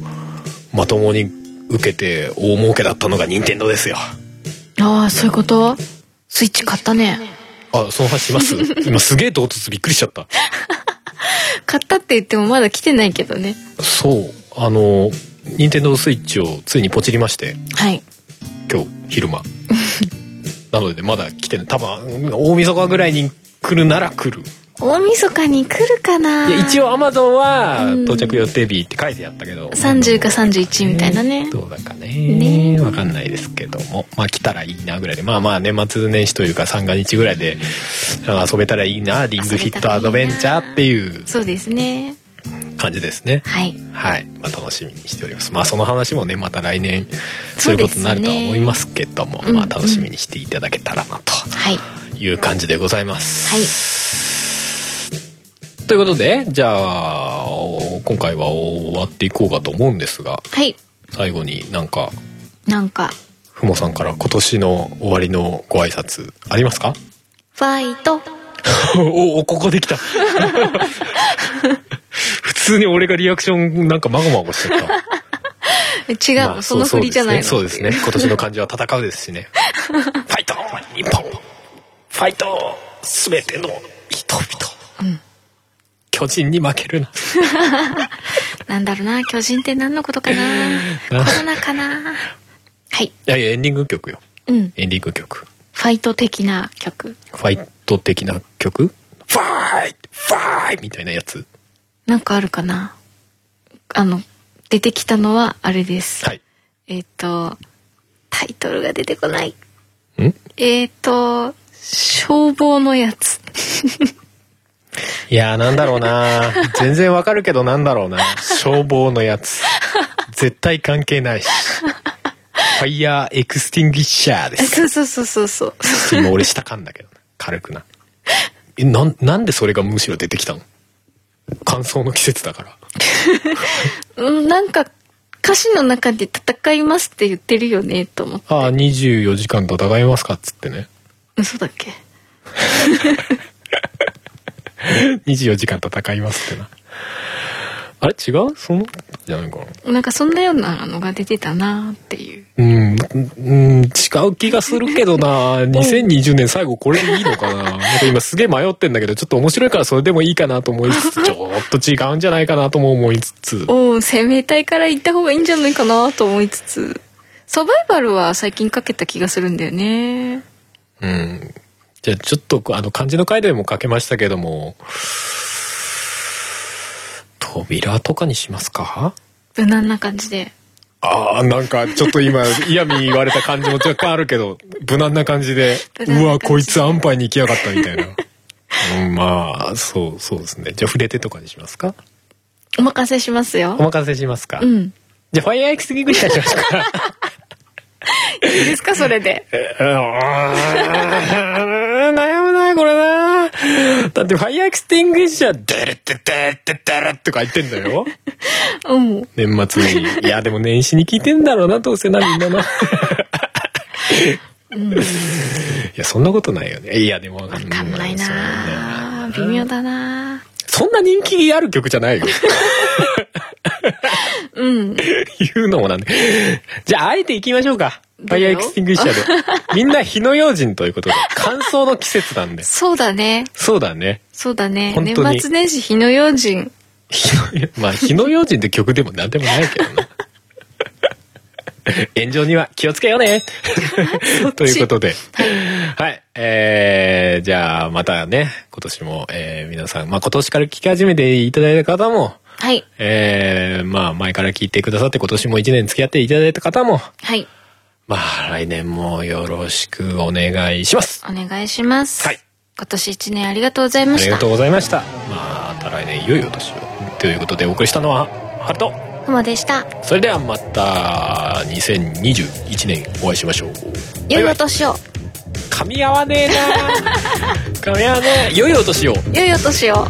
まともに受けて大儲けだったのが任天堂ですよああ、そういうこと。スイッチ買ったね。あその話します <laughs> 今すげえ唐突びっくりしちゃった買ったって言ってもまだ来てないけどね。そうあの任天堂スイッチをついにポチりましてはい。今日昼 <laughs> 間なのでまだ来てない多分大晦日ぐらいに来るなら来る大晦日に来るかないや一。応アマゾンはうん到着予定日って書いてあったけど30か31みたいなね。どうだかねねわかんないですけどもまあ来たらいいなぐらいでまあまあ年末年始というか三が日ぐらいであ遊べたらいいなリングフィットアドベンチャーっていうそうですね。感じですねはい。はい、まあ、楽しみにしておりますまあその話もねまた来年そういうことになるとは思いますけども、そうですねまあうん楽しみにしていただけたらなはい。という感じでございます、はい。ということでじゃあお今回は終わっていこうかと思うんですがはい。最後になんかなんか、ふもさんから今年の終わりのご挨拶ありますかファイト。 <laughs> おおここで <laughs> きた普通に俺がリアクションなんかまごまごしちゃった違う、まあそのう振りじゃないの。そう <laughs> ですねそうですね今年の漢字は戦うですしねファイト日本ファイト全ての人々、巨人に負けるななんだろうな、巨人って何のこ <laughs> とかな。コロナかな。はい。いやいやエンディング曲ようん。エンディング曲ファイト的な曲。ファイト的な曲ファイトファイトみたいなやつなんかあるかな。あの、出てきたのはあれです。はいえっ、と、タイトルが出てこない。んえっ、と、消防のやつ。 <laughs> いやーなんだろうな全然わかるけどなんだろうな消防のやつ絶対関係ないしファイヤーエクスティンギッシャーですそうそうそうそうそう。今俺下噛んだけどな軽くなえなんなんでそれがむしろ出てきたの乾燥の季節だからうん、なんか、歌詞の中で戦いますって言ってるよね、と思って。ああ24時間戦いますかっつってね嘘だっけ24時間戦いますってなあれ違うそのじゃないかななんかそんなようなのが出てたなっていう。うん、うん、違う気がするけどな2020年最後これでいいのかななんか今すげえ迷ってんだけど、ちょっと面白いからそれでもいいかなと思いつつ、ちょっと違うんじゃないかなとも思いつつ、おお、生命体から行った方がいいんじゃないかなと思いつつ。サバイバルは最近かけた気がするんだよね。うん。じゃあちょっと、あの、漢字の回でも書けましたけども、扉とかにしますか無難な感じで。ああ、なんかちょっと今、嫌味言われた感じも若干あるけど、無難な感じで、無難な感じうわ、こいつ安牌に行きやがったみたいな。 <laughs> うん、まあ、そう、そうですね。じゃあ、触れてとかにしますかお任せしますおよ。任せしますか、うん。じゃあ、ファイアーエクスギグにしますかいいですか、それで。うーん悩むな、これな。だって、ファイアーエクスティングイッシャー、デレッテテテテレッとか言ってんだよ。うん。年末に。いや、でも年始に聞いてんだろうな、どうせな、みんなな。いや、そんなことないよね。いや、でもわかわかんないな微妙だなそんな人気ある曲じゃないよ。うん。言うのもなんで。じゃあ、あえて行きましょうか。ファイアーエクスティングイッシャーで。みんな火の用心ということで、乾燥の季節なんで。そうだね。そうだね。そうだね。本年当に末年始火の用心。火の、 <laughs> まあ、火の用心って曲でもなんでもないけど <laughs> な。炎上には気をつけよう <laughs> ね。ということで。はい。えー、じゃあ、またね、今年も、えー、皆さん、まあ、今年から聞き始めていただいた方も、はい。えー、まあ、前から聞いてくださって、今年も一年付き合っていただいた方も、はい。まあ、来年もよろしくお願いします。お願いします。はい今年一年ありがとうございまありしがたと。うございました。まあ、また来年良いお年を。ということで、お送りしたのは、ハルト。ふもでした。それではまた、2021年お会いしましょう。良いバイバおイ年を。噛み合わねえな <laughs> 噛み合わねえ。良いお年を。良いお年を。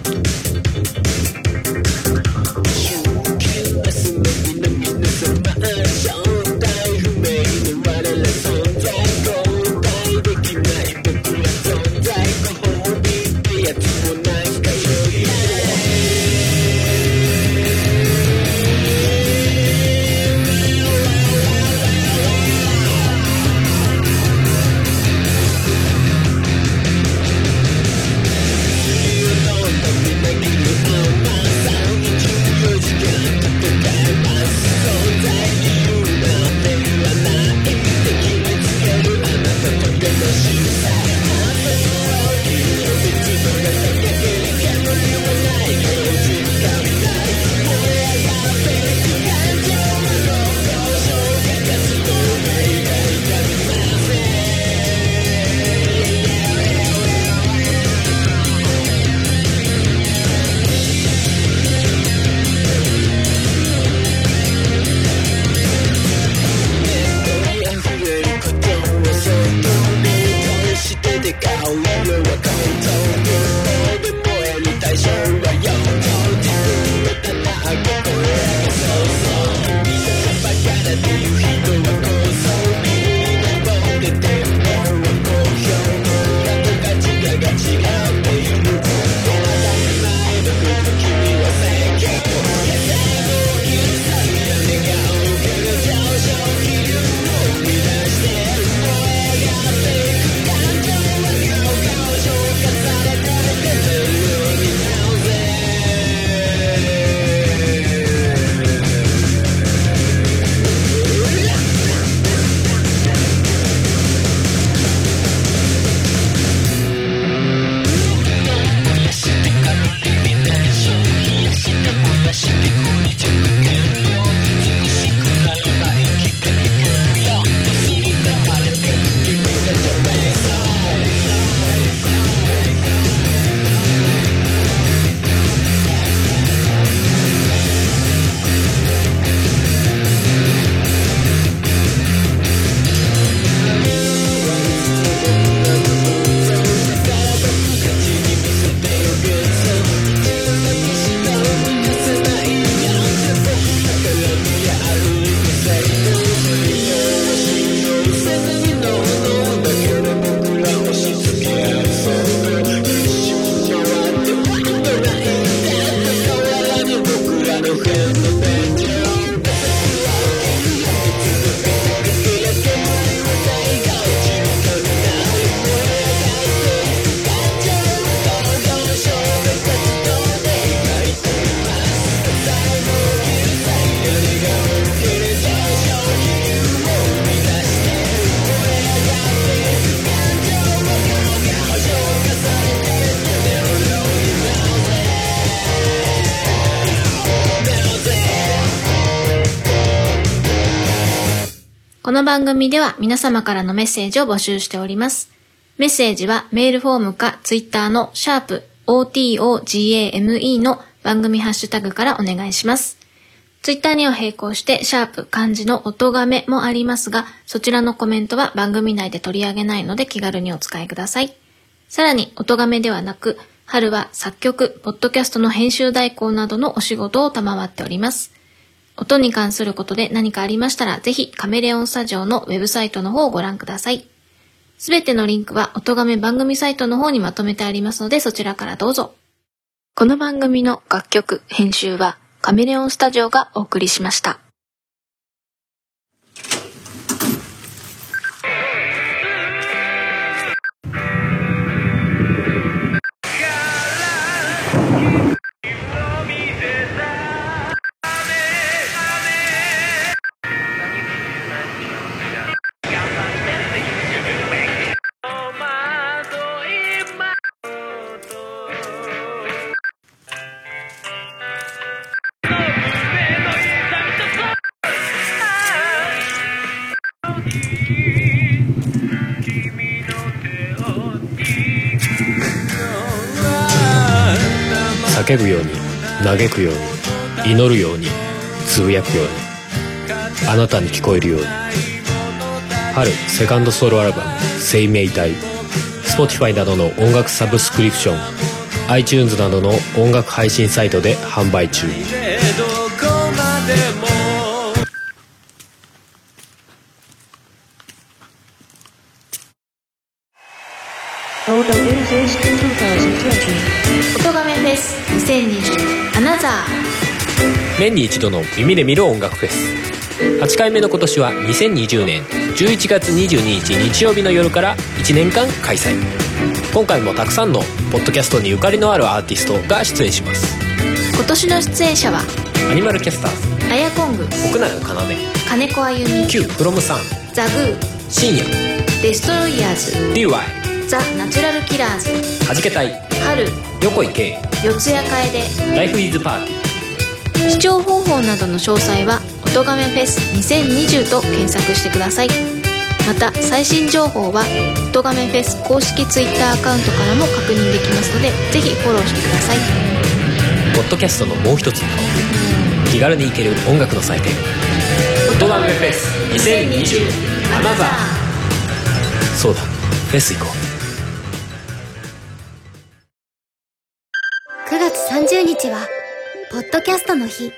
この番組では皆様からのメッセージを募集しております。メッセージはメールフォームかツイッターのシャープ o t o g a m e の番組ハッシュタグからお願いします。ツイッターには並行してシャープ漢字の音がめもありますが、そちらのコメントは番組内で取り上げないので気軽にお使いください。さらに音がめではなく、春は作曲、ポッドキャストの編集代行などのお仕事を賜っております。音に関することで何かありましたら、ぜひカメレオンスタジオのウェブサイトの方をご覧ください。すべてのリンクは音亀番組サイトの方にまとめてありますので、そちらからどうぞ。この番組の楽曲、編集は、カメレオンスタジオがお送りしました。叫ぶように嘆くように祈るようにつぶやくようにあなたに聞こえるように春セカンドソロアルバム「生命体」Spotify などの音楽サブスクリプション iTunes などの音楽配信サイトで販売中音がめフェス2020アナザ年に一度の耳で見る音楽フェス8回目の今年は2020年11月22日日曜日の夜から1年間開催今回もたくさんのポッドキャストにゆかりのあるアーティストが出演しますー今年の出演者はアニマルキャスターズアヤコング奥永かなで金子あゆみ Q フロムさんザグ深夜ーデストロイヤー DY ズザ・ナチュラルキラーズはじけたい春横井圭四谷楓ライフイズパーティ視聴方法などの詳細は「おとがめフェス2020」と検索してくださいまた最新情報は「おとがめフェス」公式 Twitter アカウントからも確認できますのでぜひフォローしてくださいーポッドキャストのもう一つの顔気軽に行ける音楽の祭典「音ガメフェス2020アナザー」そうだフェス行こう9月30日は、ポッドキャストの日。